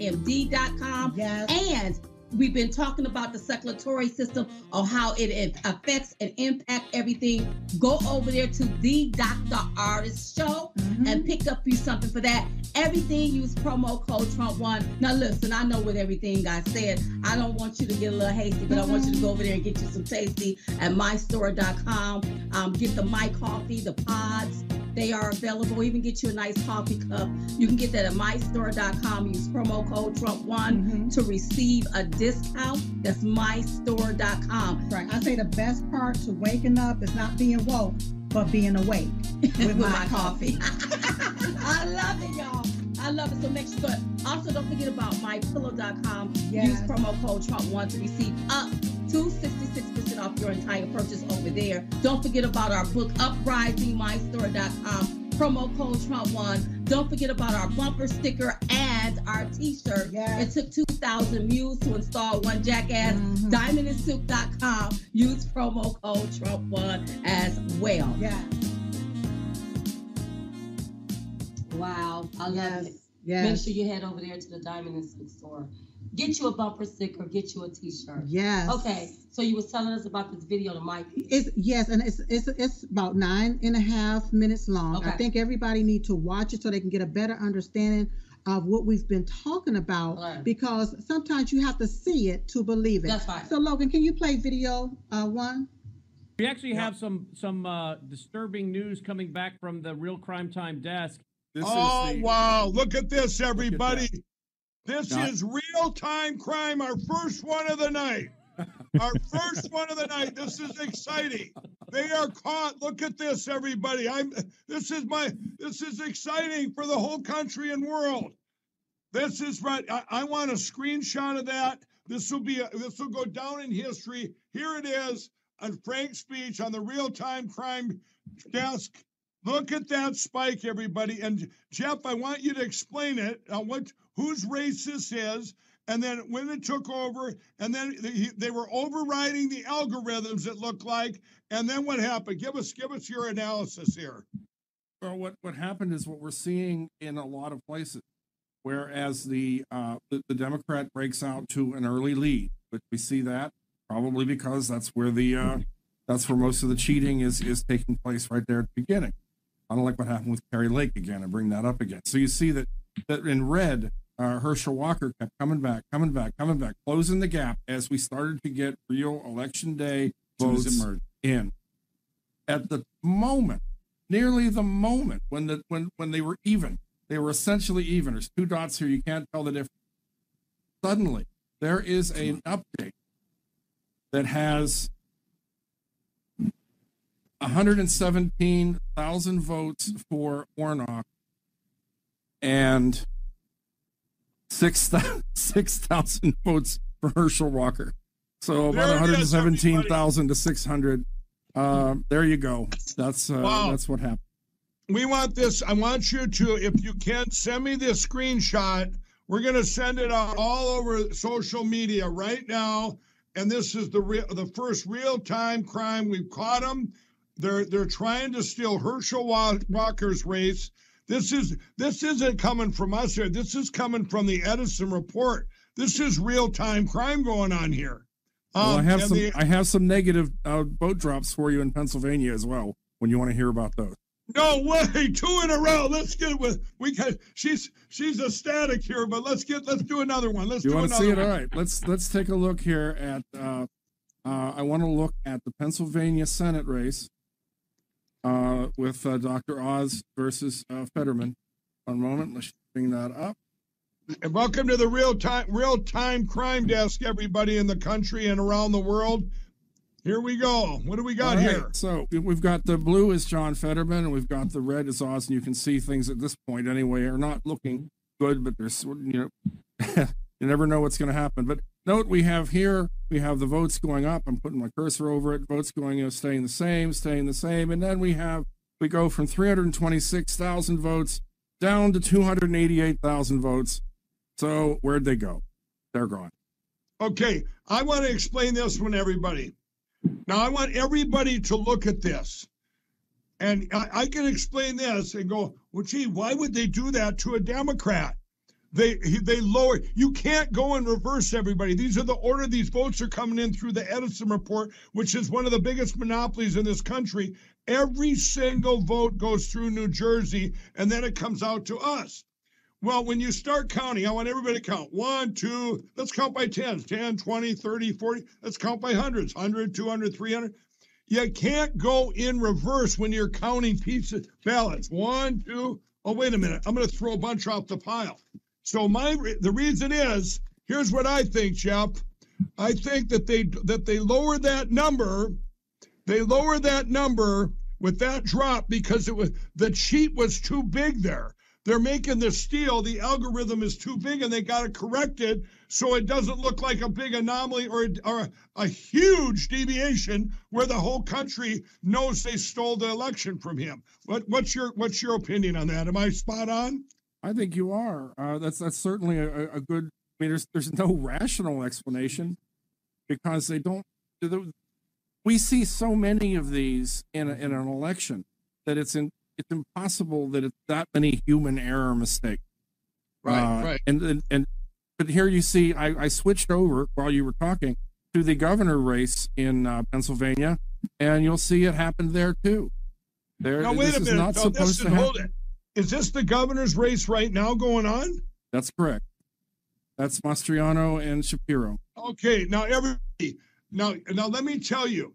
A: drstellamd.com.
B: Yes.
A: And we've been talking about the circulatory system or how it, it affects and impacts everything. Go over there to the Dr. Artist Show
B: Mhm.
A: and pick up you something for that. Everything use promo code Trump1. Now listen, I know what everything I said. I don't want you to get a little hasty, but I want you to go over there and get you some tasty at mystore.com. Um, get the My Coffee, the pods. They are available. Even get you a nice coffee cup. You can get that at mystore.com. Use promo code Trump1
B: Mhm.
A: to receive a discount. That's mystore.com.
B: Right. I say the best part to waking up is not being woke, but being awake with my, coffee.
A: I love it, y'all. I love it. So make sure. Also, don't forget about mypillow.com. Use
B: Yes.
A: promo code Trump1 to receive up to 66% off your entire purchase over there. Don't forget about our book, uprisingmystore.com. Promo code Trump1. Don't forget about our bumper sticker and our t shirt. It
B: Yes.
A: took 2,000 views to install one jackass
B: Mhm.
A: diamondandsilk.com. Use promo code Trump1 as well.
B: Yeah.
A: Wow, I love it.
B: Yes.
A: Make
B: Yes.
A: sure you head over there to the Diamond and Silk store. Get you a bumper sticker, get you a t-shirt.
B: Yes.
A: Okay, so you was telling us about this video to Mike.
B: It's yes, and it's it's it's about nine and a half minutes long. I
A: Okay.
B: think everybody need to watch it so they can get a better understanding of what we've been talking about
A: Right.
B: because sometimes you have to see it to believe it.
A: That's right.
B: So Logan, can you play video uh, one?
C: We actually have some some uh, disturbing news coming back from the Real Crime Time desk.
D: This
E: oh,
D: is the,
E: wow. Look at this, everybody. this
C: Not-
E: is real time crime, our first one of the night. Our first one of the night. This is exciting. They are caught. Look at this, everybody. I'm this is my this is exciting for the whole country and world. This is right. I, I want a screenshot of that. This will be a, this will go down in history. Here it is on Frank's speech on the real time crime desk. Look at that spike, everybody. And Jeff, I want you to explain it on what whose race this is, and then when it took over, and then they, they were overriding the algorithms. It looked like, and then what happened? Give us give us your analysis here.
D: well, what what happened is what we're seeing in a lot of places. Whereas the uh, the, the Democrat breaks out to an early lead, but we see that probably because that's where the uh, that's where most of the cheating is is taking place right there at the beginning. I don't like what happened with Carrie Lake again. I bring that up again. So you see that that in red, uh, Herschel Walker kept coming back, coming back, coming back, closing the gap as we started to get real election day
F: Soon as it
D: votes
F: merged.
D: in. At the moment, nearly the moment when the when when they were even, they were essentially even. There's two dots here. You can't tell the difference. Suddenly, there is an update that has 117,000 votes for Warnock and 6,000 6,000 votes for Herschel Walker. So about
E: There it is,
D: 117,000 to 600. Um, there you go. That's uh,
E: Wow.
D: that's what happened.
E: we want this. I want you to, if you can, send me this screenshot. We're going to send it out all over social media right now. And this is the real, the first real time crime we've caught them. They're they're trying to steal Herschel Wa- Walker's race. This is this isn't coming from us here. This is coming from the Edison report. This is real time crime going on here.
D: Well, I
E: Um,
D: have
E: and
D: some
E: the-
D: I have some negative uh, boat drops for you in Pennsylvania as well when you want to hear about those.
E: No way, two in a row. Let's get with we can. She's she's ecstatic here, but let's get let's do another one. Let's
D: you
E: do
D: want
E: another
D: to see it?
E: one.
D: All right, let's let's take a look here at. Uh, uh, I want to look at the Pennsylvania Senate race uh, with uh, Dr. Oz versus uh, Fetterman. One moment, let's bring that up.
E: And welcome to the real time real time crime desk, everybody in the country and around the world. Here we go. What do we got
D: All right,
E: here?
D: So we- we've got the blue is John Fetterman, and we've got the red is Oz, and you can see things at this point anyway are not looking good, but there's you know you never know what's going to happen. But note we have here we have the votes going up. I'm putting my cursor over it. Votes going you know staying the same, staying the same, and then we have we go from 326,000 votes down to 288,000 votes. So where'd they go? They're gone.
E: Okay, I want to explain this one, everybody. Now I want everybody to look at this. And I, I can explain this and go, well, gee, why would they do that to a Democrat? They he- they lower. You can't go in reverse, everybody. These are the order these votes are coming in through the Edison report, which is one of the biggest monopolies in this country. Every single vote goes through New Jersey, and then it comes out to us. Well, when you start counting, I want everybody to count. One, two, let's count by tens, 10, 20, 30, 40. Let's count by hundreds, 100, 200, 300. You can't go in reverse when you're counting pieces, ballots. One, two, oh, wait a minute. I'm going to throw a bunch off the pile. So my, re- the reason is, here's what I think, Jeff. I think that they, that they lower that number they lowered that number with that drop because it was the cheat was too big there. They're making the steal. The algorithm is too big, and they got to correct it so it doesn't look like a big anomaly or a, or a, a huge deviation where the whole country knows they stole the election from him. What, what's your what's your opinion on that? Am I spot on?
D: I think you are. Uh, that's that's certainly a, a- a good. I mean, there's there's no rational explanation because they don't. the- We see so many of these in a, in an election that it's in, it's impossible that it's that many human error mistakes. Uh, And, and and but here you see, I, I switched over while you were talking to the governor race in uh, Pennsylvania, and you'll see it happened there too. There,
E: Now
D: this
E: wait a
D: is
E: minute.
D: not
E: No,
D: supposed
E: this is,
D: to happen.
E: hold it. Is this the governor's race right now going on?
D: That's correct. That's Mastriano and Shapiro.
E: Okay, now everybody, now now let me tell you.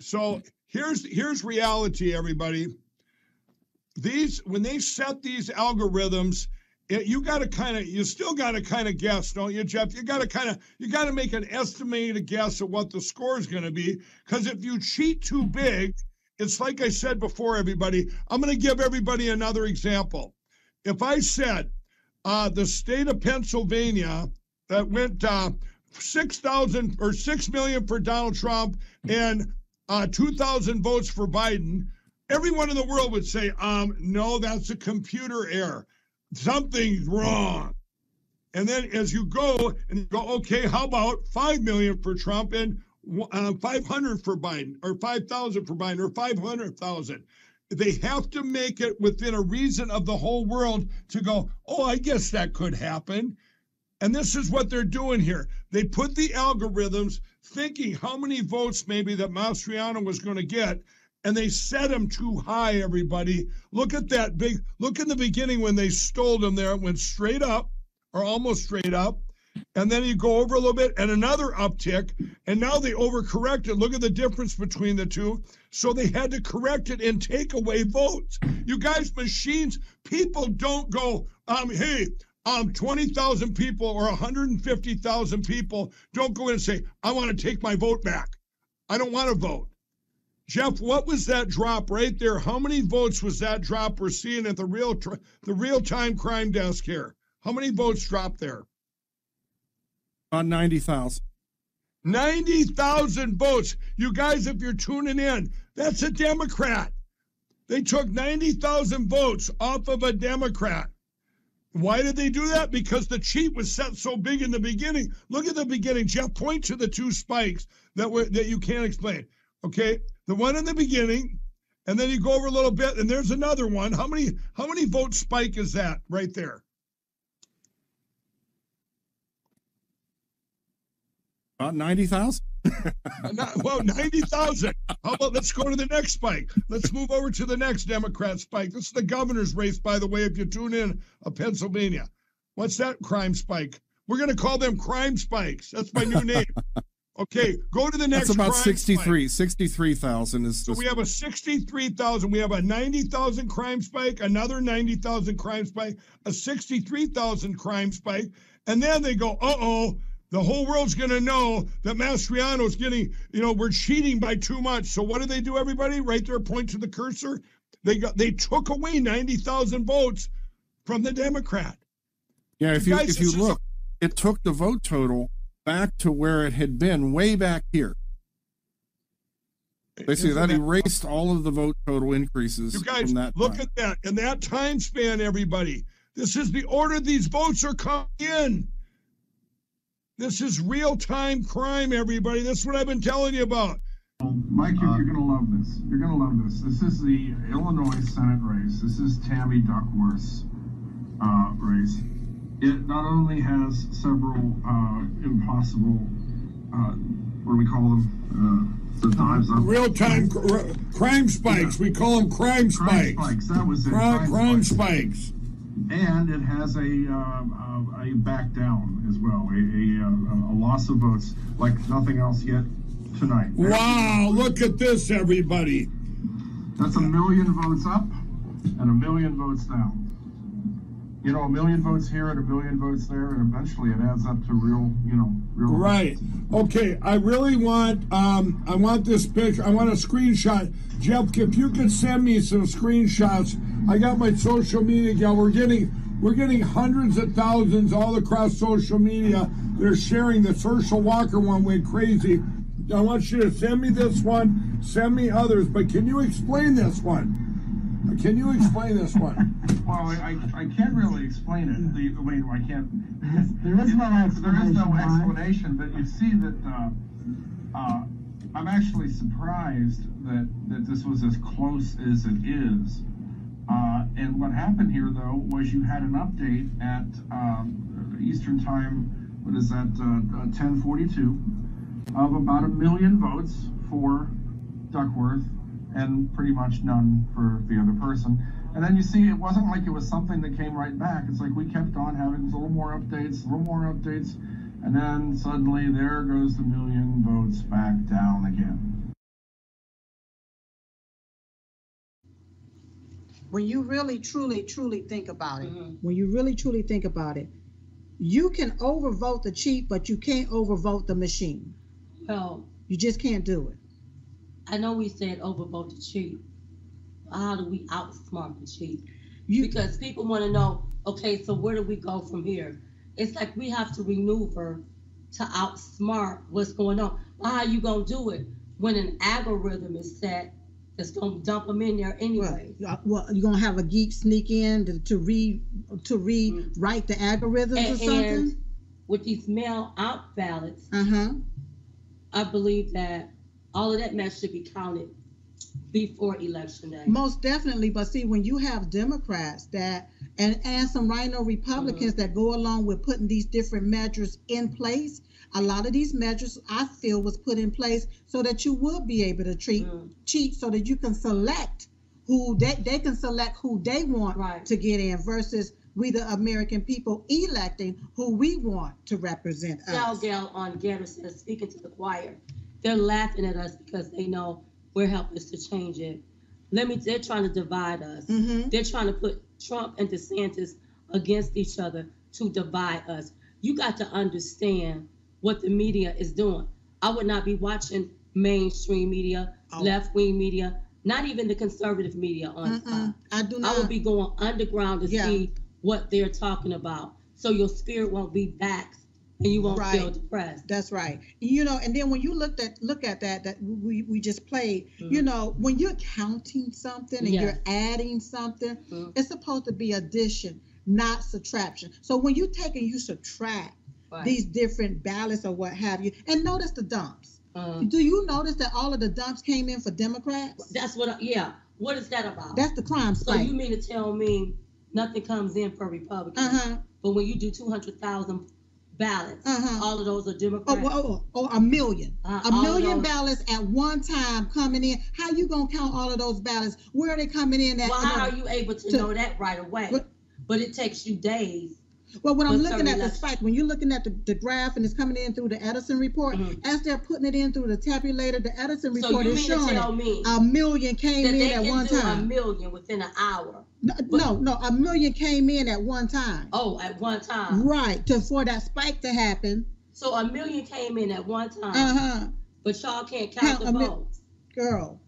E: So here's here's reality, everybody. These when they set these algorithms, it, you got to kind of you still got to kind of guess, don't you, Jeff? You got to kind of you got to make an estimated guess of what the score is going to be because if you cheat too big, it's like I said before, everybody. I'm going to give everybody another example. If I said uh, the state of Pennsylvania that went uh, six thousand or six million for Donald Trump and uh, two thousand votes for Biden, everyone in the world would say, um, "No, that's a computer error. Something's wrong." And then as you go and you go, okay, how about five million for Trump and uh, five hundred for Biden, or five thousand for Biden, or five hundred thousand? They have to make it within a reason of the whole world to go. Oh, I guess that could happen. And this is what they're doing here. They put the algorithms thinking how many votes maybe that Mastriano was going to get, and they set them too high, everybody. Look at that big look in the beginning when they stole them there. It went straight up or almost straight up. And then you go over a little bit and another uptick. And now they overcorrected. Look at the difference between the two. So they had to correct it and take away votes. You guys, machines, people don't go, um, hey, um, 20,000 people or 150,000 people don't go in and say, I want to take my vote back. I don't want to vote. Jeff, what was that drop right there? How many votes was that drop we're seeing at the real tr- the real time crime desk here? How many votes dropped there?
D: About 90,000.
E: 90,000 votes. You guys, if you're tuning in, that's a Democrat. They took 90,000 votes off of a Democrat. Why did they do that? Because the cheat was set so big in the beginning. Look at the beginning, Jeff. Point to the two spikes that were that you can't explain. Okay, the one in the beginning, and then you go over a little bit, and there's another one. How many how many vote spike is that right there?
D: About 90,000.
E: Not- well, ninety thousand. How about let's go to the next spike? Let's move over to the next Democrat spike. This is the governor's race, by the way. If you tune in, of Pennsylvania, what's that crime spike? We're going to call them crime spikes. That's my new name. Okay, go to the next.
D: That's about
E: crime spike.
D: 63. 63,000 is
E: So
D: the
E: we have a 63,000, we have a 90,000 crime spike, another 90,000 crime spike, a 63,000 crime spike. And then they go, uh oh, the whole world's going to know that Mastriano's getting, you know, we're cheating by too much. So what do they do, everybody? Right there, point to the cursor. They got, they took away 90,000 votes from the Democrat.
D: Yeah, if you
E: guys,
D: if you
E: this is-
D: look, it took the vote total back to where it had been way back here. Basically,
E: Isn't
D: that erased all of the vote total increases
E: You guys,
D: from that.
E: look
D: time.
E: at that. In that time span, everybody, this is the order these votes are coming in. This is real time crime, everybody. That's what I've been telling you about.
F: Mike, you're, you're gonna love this. You're gonna love this. This is the Illinois Senate race. This is Tammy Duckworth's uh, race. It not only has several uh, impossible, uh, what do we call them? Uh, the dives up.
E: Real time cr- crime spikes. We call them crime
F: Crime
E: spikes.
F: spikes. That was it.
E: Crime, crime
F: spikes.
E: spikes.
F: And it has a uh, uh, a back down as well. A, a, uh, a loss of votes like nothing else yet tonight.
E: Wow, look at this, everybody.
F: That's a million votes up and a million votes down. You know, a million votes here and a million votes there, and eventually it adds up to real, you know, real.
E: Right. Okay. I really want um I want this picture. I want a screenshot. Jeff, if you could send me some screenshots. I got my social media gal. We're getting we're getting hundreds of thousands all across social media. They're sharing the Herschel Walker one went crazy. I want you to send me this one, send me others, but can you explain this one? Can you explain this one?
F: Well, I, I, I can't really explain it. The, I mean, I can't.
G: There is no
F: There is
G: explanation,
F: no
G: Mike.
F: explanation, but you see that. Uh, uh, I'm actually surprised that that this was as close as it is. Uh, and what happened here, though, was you had an update at um, Eastern Time. What is that? Uh, uh, 10:42 of about a million votes for Duckworth, and pretty much none for the other person.
D: And then you see, it wasn't like it was something that came right back. It's like we kept on having a little more updates, a little more updates, and then suddenly there goes the million votes back down again.
H: When you really, truly, truly think about it,
B: when you really truly think about it, you can overvote the cheat, but you can't overvote the machine.
G: Well,
B: You just can't do it.
G: I know we said overvote the cheat. How do we outsmart the cheat?
B: You
G: because people want to know, okay, so where do we go from here? It's like we have to maneuver to outsmart what's going on. Well, how you gonna do it when an algorithm is set that's gonna dump them in there anyway?
B: Uh, well, you're gonna have a geek sneak in to, to read to rewrite the algorithms or
G: And, and
B: something.
G: with these mail out ballots,
B: Uh huh.
G: I believe that all of that mess should be counted before election day.
B: Most definitely, but see, when you have Democrats that and and some rhino Republicans
G: Uh-huh.
B: that go along with putting these different measures in place, a lot of these measures I feel was put in place so that you would be able to treat
G: Mhm.
B: cheat, so that you can select who they they can select who they want
G: Right.
B: to get in versus we the American people electing who we want to represent
G: Gal
B: us.
G: Gal on Getter says, speaking to the choir, they're laughing at us because they know we're helpless to change it. Let me, they're trying to divide us.
B: Mm-hmm.
G: They're trying to put Trump and DeSantis against each other to divide us. You got to understand what the media is doing. I would not be watching mainstream media,
B: Oh.
G: left wing media, not even the conservative media on
B: Mm-mm. I do not.
G: I will be going underground to
B: Uh-huh. Yeah.
G: see what they're talking about. So your spirit won't be taxed and you won't feel
B: Right.
G: depressed.
B: That's right. You know, and then when you looked at look at that that we we just played, you know, when you're counting something and
G: Mm. Yes.
B: you're adding something,
G: Mhm.
B: it's supposed to be addition, not subtraction. So when you take and you subtract
G: Right.
B: these different ballots or what have you, and notice the dumps.
G: Um,
B: Do you notice that all of the dumps came in for Democrats?
G: that's what, I, yeah. What is that about?
B: That's the crime
G: so
B: spike.
G: you mean to tell me nothing comes in for Republicans?
B: Uh-huh.
G: But when you do 200,000 ballots,
B: Uh-huh.
G: all of those are
B: Oh,
G: Democrats.
B: oh, oh, oh, a million,
G: Uh,
B: a
G: all of
B: million
G: those-
B: ballots at one time coming in. How you gonna count all of those ballots? Where are they coming in at?
G: well, how are you able to,
B: to-
G: know that right away?
B: But-
G: but it takes you days.
B: Well, when I'm
G: But
B: looking
G: some
B: at the
G: left.
B: spike, when you're looking at the, the graph and it's coming in through the Edison report,
G: Mhm.
B: as they're putting it in through the tabulator, the Edison
G: So
B: report
G: you
B: is
G: mean to
B: showing
G: tell
B: it.
G: me
B: a million came
G: that they
B: in at
G: can
B: one
G: do a
B: time.
G: million within an hour?
B: No, no, no, a million came in at one time.
G: Oh, at one time.
B: Right, to, for that spike to happen.
G: So a million came in at one time,
B: Uh huh,
G: but y'all can't count
B: Count
G: the
B: a mil-
G: votes.
B: girl.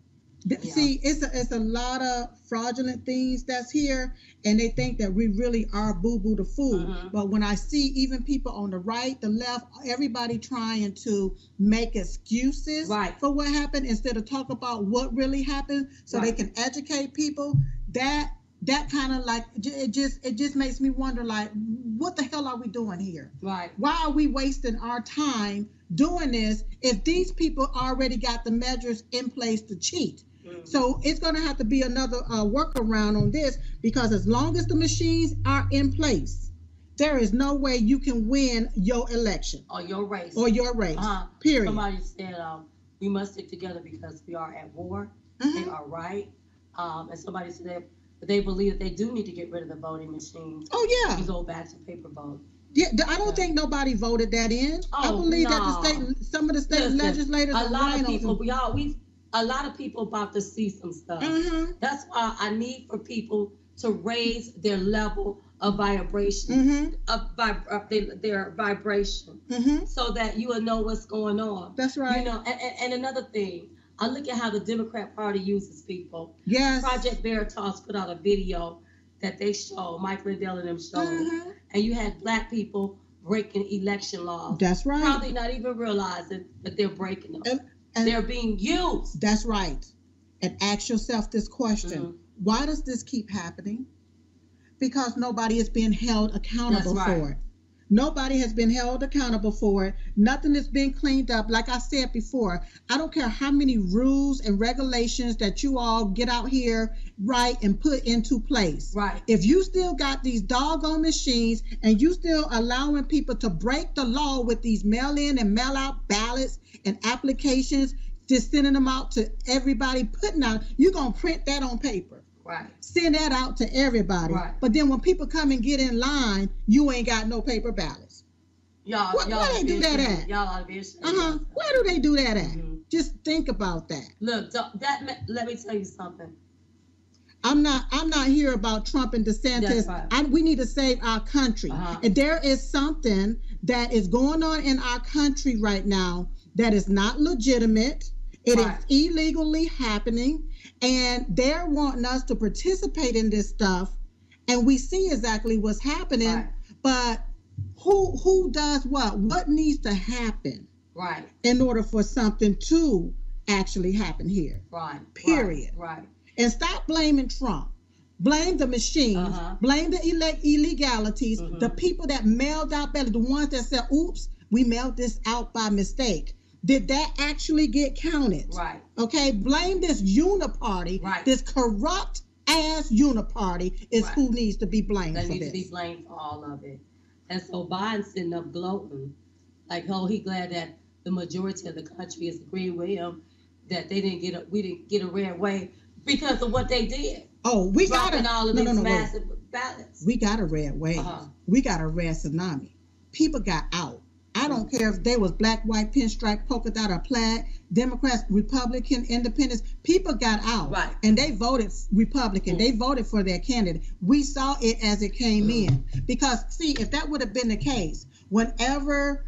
B: Th-
G: Yeah.
B: See, it's a, it's a lot of fraudulent things that's here, and they think that we really are boo boo the fool.
G: Mhm.
B: But when I see even people on the right, the left, everybody trying to make excuses
G: Right.
B: for what happened instead of talk about what really happened, so
G: Right.
B: they can educate people. That that kind of like j- it just it just makes me wonder like what the hell are we doing here?
G: Right.
B: Why are we wasting our time doing this if these people already got the measures in place to cheat? So it's going to have to be another uh, workaround on this because as long as the machines are in place, there is no way you can win your election
G: Or your race.
B: or your race.
G: Uh-huh.
B: Period.
G: Somebody said um, we must stick together because we are at war.
B: Mhm.
G: They are right. Um, and somebody said that they believe that they do need to get rid of the voting machines.
B: Oh yeah,
G: and go back to paper vote.
B: yeah. th- I
G: Yeah.
B: don't think nobody voted that in. I
G: Oh,
B: believe that the
G: no.
B: state, some of the state
G: Listen,
B: legislators,
G: A
B: are
G: lot
B: lying
G: of people,
B: on.
G: we all, we, a lot of people about to see some stuff.
B: Mm-hmm.
G: That's why I need for people to raise their level of vibration,
B: Mm-hmm.
G: of vib, of their, their vibration,
B: Mm-hmm.
G: so that you will know what's going on.
B: That's right.
G: You know, and, and, and another thing, I look at how the Democrat Party uses people.
B: yes.
G: Project Veritas put out a video that they showed, Mike Lindell and them showed,
B: Mhm.
G: and you had black people breaking election laws.
B: That's right.
G: Probably not even realizing that they're breaking them.
B: And- and-
G: they're being used.
B: That's right. And ask yourself this question
G: Mhm.
B: why does this keep happening? Because nobody is being held accountable
G: That's right.
B: for it. Nobody has been held accountable for it. Nothing has been cleaned up. Like I said before, I don't care how many rules and regulations that you all get out here, right, and put into place.
G: Right.
B: If you still got these doggone machines and you still allowing people to break the law with these mail in and mail out ballots and applications, just sending them out to everybody, putting out, you're going to print that on paper.
G: Right.
B: Send that out to everybody.
G: Right.
B: But then when people come and get in line, you ain't got no paper ballots.
A: Y'all,
B: What-
A: y'all
B: where they
A: oughta be
B: do that
A: ashamed.
B: at?
A: Y'all ought to be ashamed.
B: Uh huh. Where do they do that at?
A: Mhm.
B: Just think about that.
A: Look, th- that ma- let me tell you something.
B: I'm not. I'm not here about Trump and DeSantis.
A: That's right.
B: I, we need to save our country.
A: Uh-huh.
B: And there is something that is going on in our country right now that is not legitimate. It is
A: Right.
B: illegally happening, and they're wanting us to participate in this stuff. And we see exactly what's happening.
A: Right.
B: But who who does what? What needs to happen
A: Right,
B: in order for something to actually happen here?
A: right. right,
B: Period.
A: Right.
B: and stop blaming Trump. Blame the machines,
A: Uh-huh.
B: blame the ele- illegalities,
A: Mhm.
B: the people that mailed out ballots, the ones that said, oops, we mailed this out by mistake. Did that actually get counted?
A: Right.
B: Okay, blame this uniparty,
A: Right.
B: this corrupt ass uniparty is
A: Right.
B: who needs to be blamed
A: They
B: for
A: need to
B: this.
A: be blamed for all of it. And so Biden's sitting up gloating, like, oh, he glad that the majority of the country is agreeing with him that they didn't get a we didn't get a red way because of what they did,
B: oh, we got
A: dropping
B: a
A: all of
B: no,
A: these
B: no, no, wait.
A: massive ballots.
B: We got a red wave.
A: Uh-huh.
B: We got a red tsunami. People got out. I don't
A: Mm.
B: care if they was black, white, pinstripe, polka dot, or plaid, Democrats, Republican, Independents. People got out,
A: Right. Mm.
B: and they voted Republican. They voted for their candidate. We saw it as it came in because see, if that would have been the case, whenever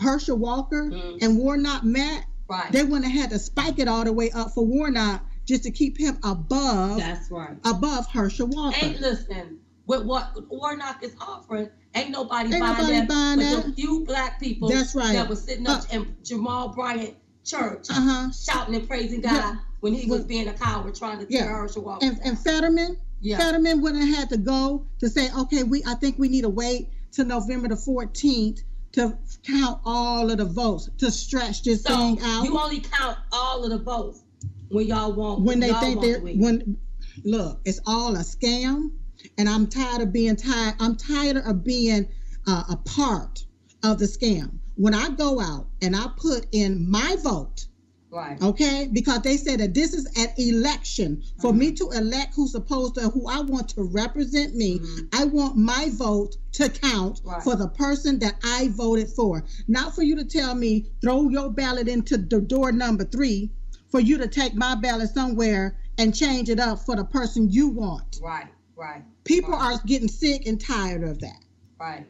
B: Herschel Walker
A: Mm.
B: and Warnock met,
A: Right.
B: they wouldn't have had to spike it all the way up for Warnock just to keep him above
A: That's right.
B: above Herschel Walker.
A: Ain't listen with what Warnock is offering. Ain't nobody
B: Ain't
A: buying
B: nobody
A: that.
B: buying
A: but
B: that.
A: the few black people
B: That's right.
A: that was sitting up
B: Uh,
A: in Jamal Bryant Church
B: Uh huh.
A: shouting and praising God
B: Yeah.
A: when he was
B: Well,
A: being a coward trying to tear
B: yeah.
A: Herschel Walker.
B: and, and Fetterman,
A: Yeah.
B: Fetterman wouldn't have had to go to say, okay, we I think we need to wait till November the 14th to count all of the votes to stretch this
A: so
B: thing out
A: you only count all of the votes when y'all want
B: when they
A: y'all
B: think
A: want
B: they're
A: to win.
B: when look, it's all a scam, and I'm tired of being tired. I'm tired of being uh, a part of the scam. When I go out and I put in my vote,
A: right.
B: okay because they said that this is an election for me to elect who's supposed to who i want to represent me
A: Mhm.
B: i want my vote to count
A: Right.
B: for the person that i voted for not for you to tell me throw your ballot into the door number three for you to take my ballot somewhere and change it up for the person you want
A: Right. Right.
B: people
A: Right.
B: are getting sick and tired of that
A: Right.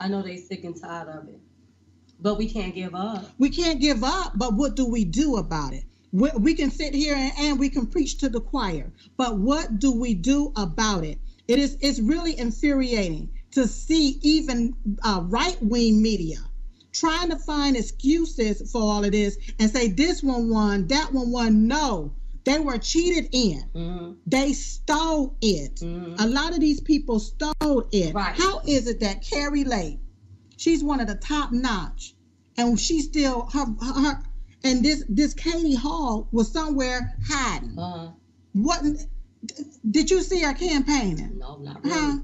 A: I know they sick and tired of it, but we can't give up.
B: We can't give up, but what do we do about it? We, we can sit here and, and we can preach to the choir, but what do we do about it? It is it's really infuriating to see even uh, right wing media trying to find excuses for all of this and say this one won, that one won. No, they were cheated in.
A: hmm
B: They stole it.
A: hmm
B: A lot of these people stole it.
A: Right.
B: How is it that Carrie Lake, she's one of the top notch, and she still her her and this this Katie Hall was somewhere hiding.
G: Uh-huh.
A: Uh,
B: What did you see her campaigning?
A: no, not really.
B: Huh?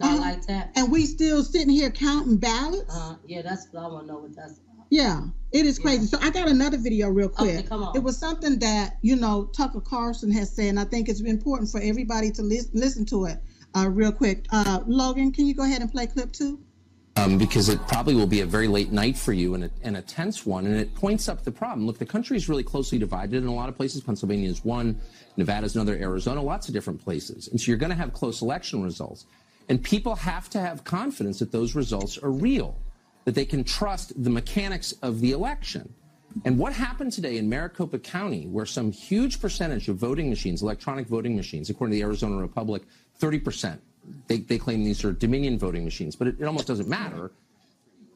A: Not
B: Uh-huh.
A: like that.
B: And we still sitting here counting ballots.
G: Uh-huh.
A: Uh, yeah, that's what I want to know what that's about.
B: Yeah, it is
A: Yeah.
B: crazy. So I got another video real
A: Okay,
B: quick.
A: come on.
B: It was something that you know Tucker Carlson has said, and I think it's important for everybody to lis- listen to it uh, real quick. Uh, Logan, can you go ahead and play clip two?
I: um, because it probably will be a very late night for you and a, and a tense one. And it points up the problem. Look, the country is really closely divided in a lot of places. Pennsylvania is one, Nevada is another, Arizona, lots of different places. And so you're going to have close election results. And people have to have confidence that those results are real, that they can trust the mechanics of the election. And what happened today in Maricopa County, where some huge percentage of voting machines, electronic voting machines, according to the Arizona Republic, 30%, they, they claim these are Dominion voting machines, but it, it almost doesn't matter.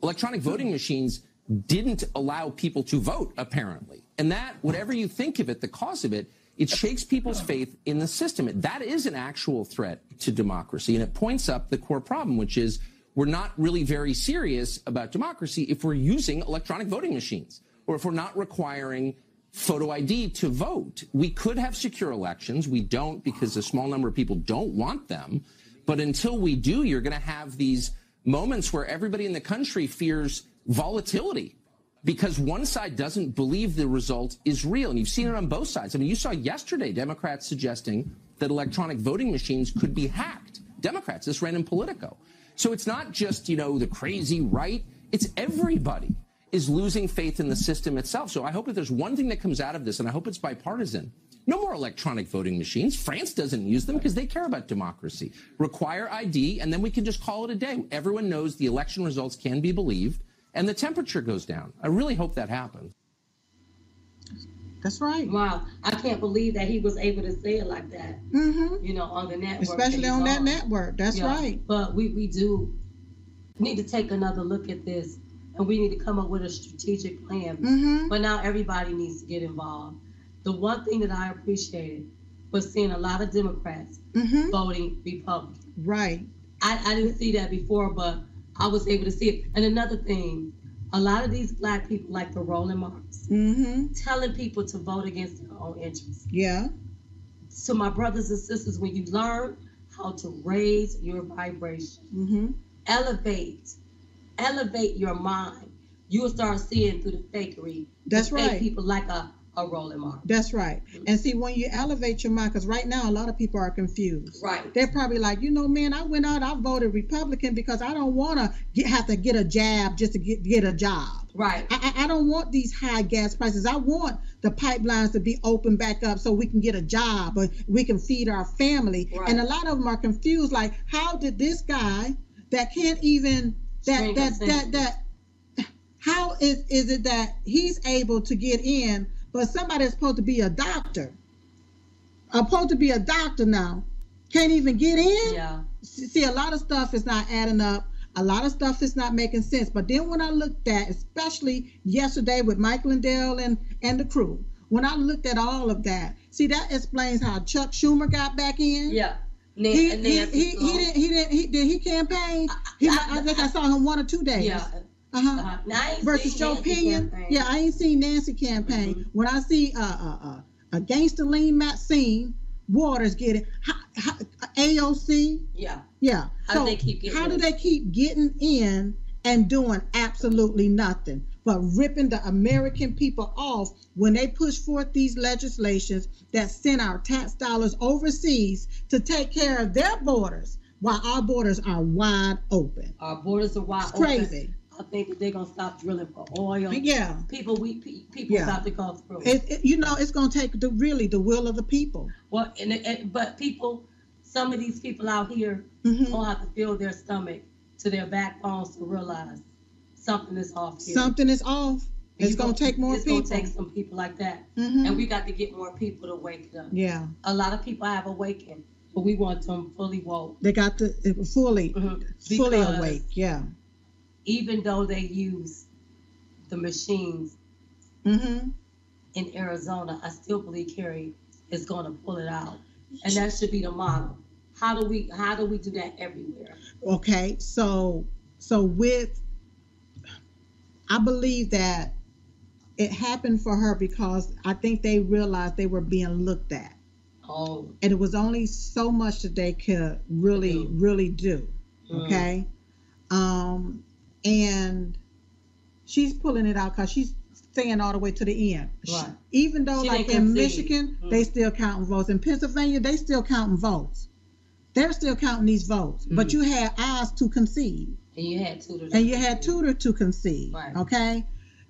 I: Electronic voting machines didn't allow people to vote, apparently. And that, whatever you think of it, the cause of it, it shakes people's faith in the system. It- That is an actual threat to democracy. And it points up the core problem, which is we're not really very serious about democracy if we're using electronic voting machines or if we're not requiring photo ID to vote. We could have secure elections. We don't because a small number of people don't want them. But until we do, you're going to have these moments where everybody in the country fears volatility because one side doesn't believe the result is real. And you've seen it on both sides. I mean, you saw yesterday Democrats suggesting that electronic voting machines could be hacked. Democrats, this ran in Politico. So it's not just, you know, the crazy right, it's everybody is losing faith in the system itself. So I hope if there's one thing that comes out of this, and I hope it's bipartisan, no more electronic voting machines. France doesn't use them because they care about democracy. Require ID, and then we can just call it a day. Everyone knows the election results can be believed, and the temperature goes down. I really hope that happens.
B: That's right.
G: Wow, I can't believe that he was able to say it like that.
B: Mm-hmm.
G: You know, on the network, that
B: Especially
G: he's
B: on that network. That's
G: Yeah,
B: right.
G: But we we do need to take another look at this, and we need to come up with a strategic plan.
B: Mm-hmm.
G: But now everybody needs to get involved. The one thing that I appreciated was seeing a lot of Democrats
B: Mm-hmm.
G: voting Republican.
B: Right.
G: I, I didn't see that before, but I was able to see it. And another thing, a lot of these black people, like the Rolling Marks,
B: Mm-hmm.
G: telling people to vote against their own interests.
B: Yeah.
G: So, my brothers and sisters, when you learn how to raise your vibration,
B: Mm-hmm.
G: elevate, elevate your mind, you'll start seeing through the fakery. the
B: That's
G: fake
B: right.
G: People like a, a Rolling Mark.
B: That's right. And see, when you elevate your mind, because right now a lot of people are confused.
G: Right.
B: They're probably like, you know, man, I went out, I voted Republican because I don't want to get, have to get a jab just to get, get a job.
G: Right.
B: I, I, I don't want these high gas prices. I want the pipelines to be opened back up so we can get a job or we can feed our family.
G: Right.
B: And a lot of them are confused, like, how did this guy that can't even that
G: String a
B: that that
G: sentence.
B: that how is is it that he's able to get in, but somebody that's supposed to be a doctor, supposed to be a doctor now, can't even get in?
G: Yeah.
B: see a lot of stuff is not adding up a lot of stuff is not making sense but then when i looked at especially yesterday with mike lindell and and the crew when i looked at all of that see that explains how chuck schumer got back in
G: Yeah. Nan-
B: he,
G: and
B: he,
G: Nancy
B: he, he
G: Pelosi.
B: didn't he didn't he did he campaign he, I, think i saw him one or two days
G: Yeah.
B: uh-huh
G: Uh-huh. Now, I ain't
B: versus
G: seen
B: Joe
G: Nancy
B: Pinion.
G: campaign. Mm-hmm.
B: Yeah, I ain't seen Nancy campaign. When I see uh, uh, uh, a gangster lean Maxine Waters getting ha- ha- AOC,
G: Yeah.
B: yeah.
G: How do
B: so
G: they keep getting
B: how do
G: in?
B: they keep getting in and doing absolutely nothing but ripping the American people off when they push forth these legislations that send our tax dollars overseas to take care of their borders while our borders are wide open?
G: Our Uh, borders are wide
B: It's crazy.
G: open. I think that they're gonna stop drilling for oil.
B: Yeah.
G: People, we pe- people
B: Yeah.
G: about to go through.
B: It, it, you know, it's going to take the really the will of the people.
G: well, and, and but people, some of these people out here
B: Mhm.
G: gonna have to feel their stomach to their backbones to realize something is off here.
B: Something is off.
G: You
B: It's going to take more
G: it's
B: people.
G: gonna take some people like that,
B: Mhm.
G: and we got to get more people to wake up.
B: yeah,
G: A lot of people have awakened, but we want them fully woke.
B: they got to uh, fully,
G: Mhm.
B: fully
G: Because-
B: awake. Yeah.
G: even though they use the machines
B: Mm-hmm.
G: in Arizona, I still believe Kerry is going to pull it out, and that should be the model. How do we how do we do that everywhere?
B: Okay. So, so with, I believe that it happened for her because I think they realized they were being looked at,
G: Oh,
B: and it was only so much that they could really,
G: Mhm.
B: really do.
G: mm,
B: okay um and she's pulling it out because she's staying all the way to the end She-
G: Right.
B: even though
G: She
B: like
G: didn't
B: in
G: concede.
B: michigan
G: Mm.
B: they still counting votes in pennsylvania they still counting votes they're still counting these votes but
G: Mhm.
B: you had eyes to concede
G: and you had tutors.
B: and you had tutor to concede
G: Mm-hmm. Right.
B: okay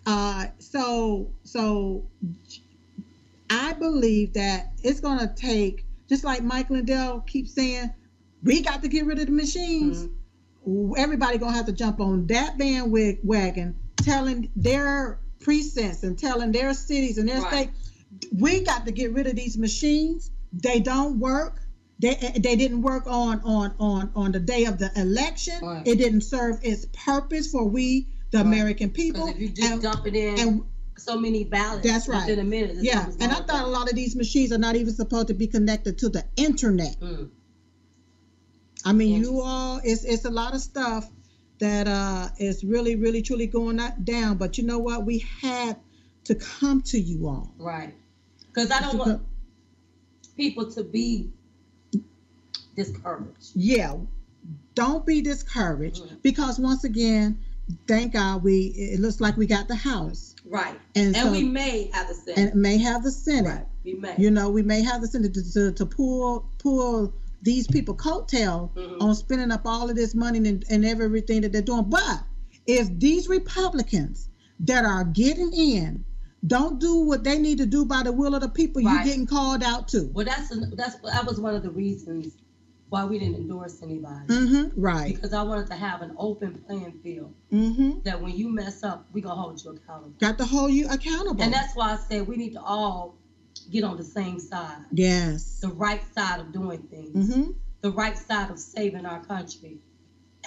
B: uh so so i believe that it's gonna take just like mike lindell keeps saying we got to get rid of the machines
G: Mhm.
B: everybody gonna have to jump on that bandwagon, telling their precincts and telling their cities and their
G: Right.
B: state, we got to get rid of these machines. They don't work. They they didn't work on on on on the day of the election.
G: Right.
B: It didn't serve its purpose for we the
G: Right.
B: American people.
G: Because if you just
B: and,
G: dump it in
B: and
G: so many ballots
B: That's right.
G: within a minute. there's
B: yeah,
G: something's
B: and I
G: wrong
B: thought a lot of these machines are not even supposed to be connected to the internet.
G: with it. Mm.
B: I mean,
G: Interesting.
B: you all, it's it's a lot of stuff that uh is really, really, truly going up, down. But you know what? We had to come to you all.
G: Right. Because I don't want people to be discouraged.
B: Yeah, don't be discouraged
G: Mhm.
B: because once again, thank God we, it looks like we got the House
G: Right.
B: And
G: And,
B: so-
G: we may have a
B: and
G: Senate.
B: it may have the Senate.
G: Right. We may.
B: You know, we may have the Senate to, to, to pull, pull these people coattail
G: Mhm.
B: on spending up all of this money and, and everything that they're doing. But if these Republicans that are getting in don't do what they need to do by the will of the people, you're
G: Right.
B: getting called out to.
G: well, that's that's that was one of the reasons why we didn't endorse anybody
B: Mm-hmm. Right.
G: because I wanted to have an open playing field
B: Mm-hmm.
G: that when you mess up, we gonna hold you accountable.
B: Got to hold you accountable.
G: And that's why I said we need to all get on the same side,
B: yes.
G: the right side of doing things,
B: Mm-hmm.
G: the right side of saving our country,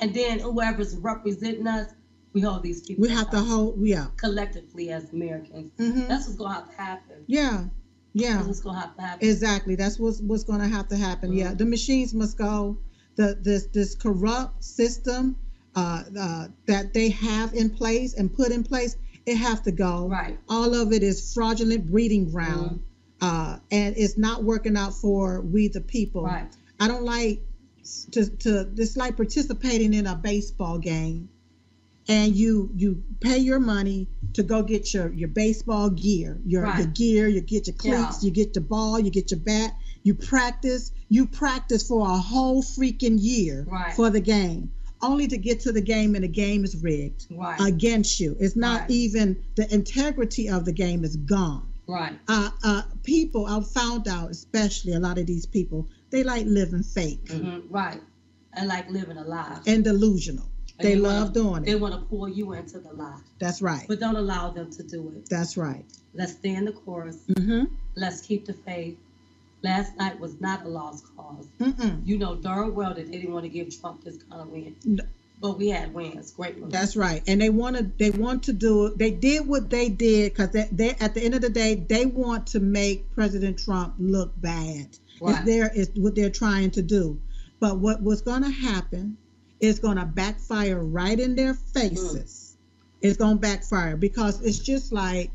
G: and then whoever's representing us, we hold these people.
B: We have to
G: accountable
B: hold. Yeah.
G: collectively as Americans.
B: Mm-hmm.
G: That's what's gonna have to happen.
B: Yeah. Yeah.
G: That's what's gonna have to happen. Mm-hmm.
B: Exactly. That's what's what's going to have to happen. Yeah, the machines must go. The this this corrupt system uh, uh, that they have in place and put in place, it have to go.
G: Right. Mm-hmm.
B: All of it is fraudulent breeding ground, uh, and it's not working out for we the people.
G: Right.
B: I don't like to to it's like participating in a baseball game and you you pay your money to go get your your baseball gear, your your
G: Right.
B: gear, you get your
G: Yeah.
B: cleats, you get the ball, you get your bat, you practice, you practice for a whole freaking year
G: Right.
B: for the game. Only to get to the game and the game is rigged
G: Right.
B: against you. It's not
G: Right.
B: even the integrity of the game is gone
G: right.
B: uh, uh, people I found out, especially a lot of these people, they like living fake
G: Mhm, Right. And like living a lie.
B: and delusional.
G: And
B: they
G: wanna-
B: love doing it.
G: They want to pull you into the lie,
B: That's right.
G: but don't allow them to do it.
B: That's right.
G: Let's stand the course.
B: Mm-hmm.
G: Let's keep the faith. Last night was not a lost cause.
B: Mm-mm.
G: You know darn well that they didn't want to give Trump this kind of win,
B: No.
G: but we had wins. Great wins.
B: That's right. And they want to. They want to do. it. They did what they did because they, they, at the end of the day, they want to make President Trump look bad. It's
G: Right.
B: their is what they're trying to do. But what was going to happen is going to backfire right in their faces. It's going to backfire because it's just like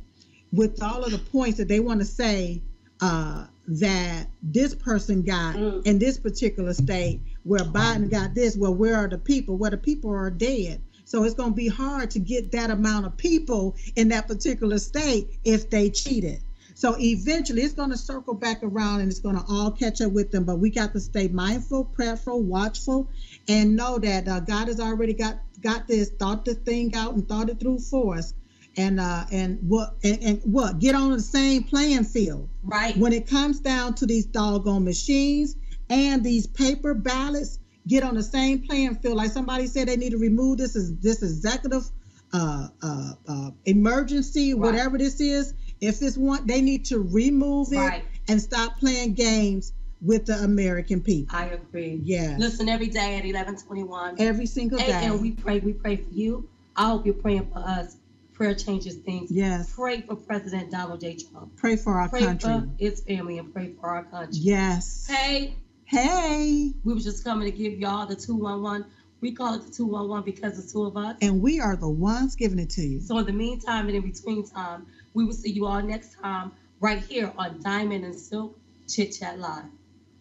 B: with all of the points that they want to say uh, that this person got
G: Mm.
B: in this particular state, where Biden got this, well, where are the people? Well, the people are dead. So it's going to be hard to get that amount of people in that particular state if they cheated. So eventually it's going to circle back around and it's going to all catch up with them. But we got to stay mindful, prayerful, watchful, and know that uh, God has already got got this, thought this thing out and thought it through for us. And uh, and what and, and what get on the same playing field
G: Right.
B: when it comes down to these doggone machines and these paper ballots get on the same playing field like somebody said they need to remove this is this executive uh, uh, uh, emergency
G: Right.
B: whatever this is if it's one they need to remove it
G: Right.
B: and stop playing games with the american people
G: I agree.
B: Yes.
G: Listen every day at 11:21.
B: every single
G: Hey,
B: day
G: and we pray. We pray for you. I hope you're praying for us. Prayer changes things.
B: Yes.
G: Pray for President Donald J. Trump.
B: pray for our
G: Pray
B: country
G: for his family and pray for our country.
B: yes
G: Hey,
B: hey
G: we was just coming to give y'all the 211. We call it the 211 because the two of us.
B: and we are the ones giving it to you
G: So in the meantime and in between time, we will see you all next time right here on Diamond and Silk Chit Chat Live.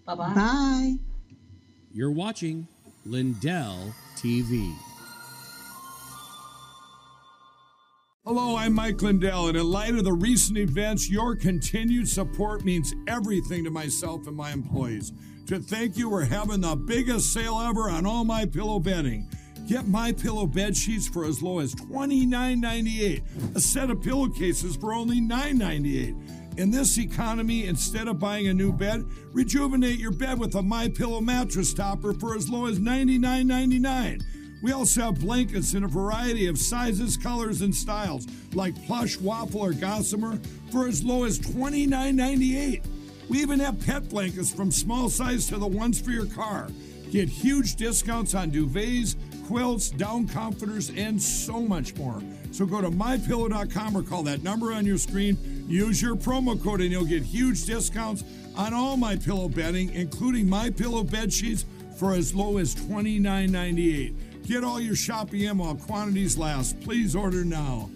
G: Bye-bye.
B: bye
C: You're watching Lindell TV.
E: Hello, I'm Mike Lindell, and in light of the recent events, your continued support means everything to myself and my employees. To thank you, we're having the biggest sale ever on all my pillow bedding. Get my pillow bed sheets for as low as $29.98, a set of pillowcases for only $9.98. In this economy, instead of buying a new bed, rejuvenate your bed with a My Pillow mattress topper for as low as $99.99. We also have blankets in a variety of sizes, colors, and styles, like plush, waffle, or gossamer, for as low as $29.98. We even have pet blankets from small size to the ones for your car. Get huge discounts on duvets, quilts, down comforters, and so much more. So go to mypillow.com or call that number on your screen. Use your promo code and you'll get huge discounts on all my pillow bedding, including my pillow bed sheets for as low as $29.98. Get all your shopping in while quantities last. Please order now.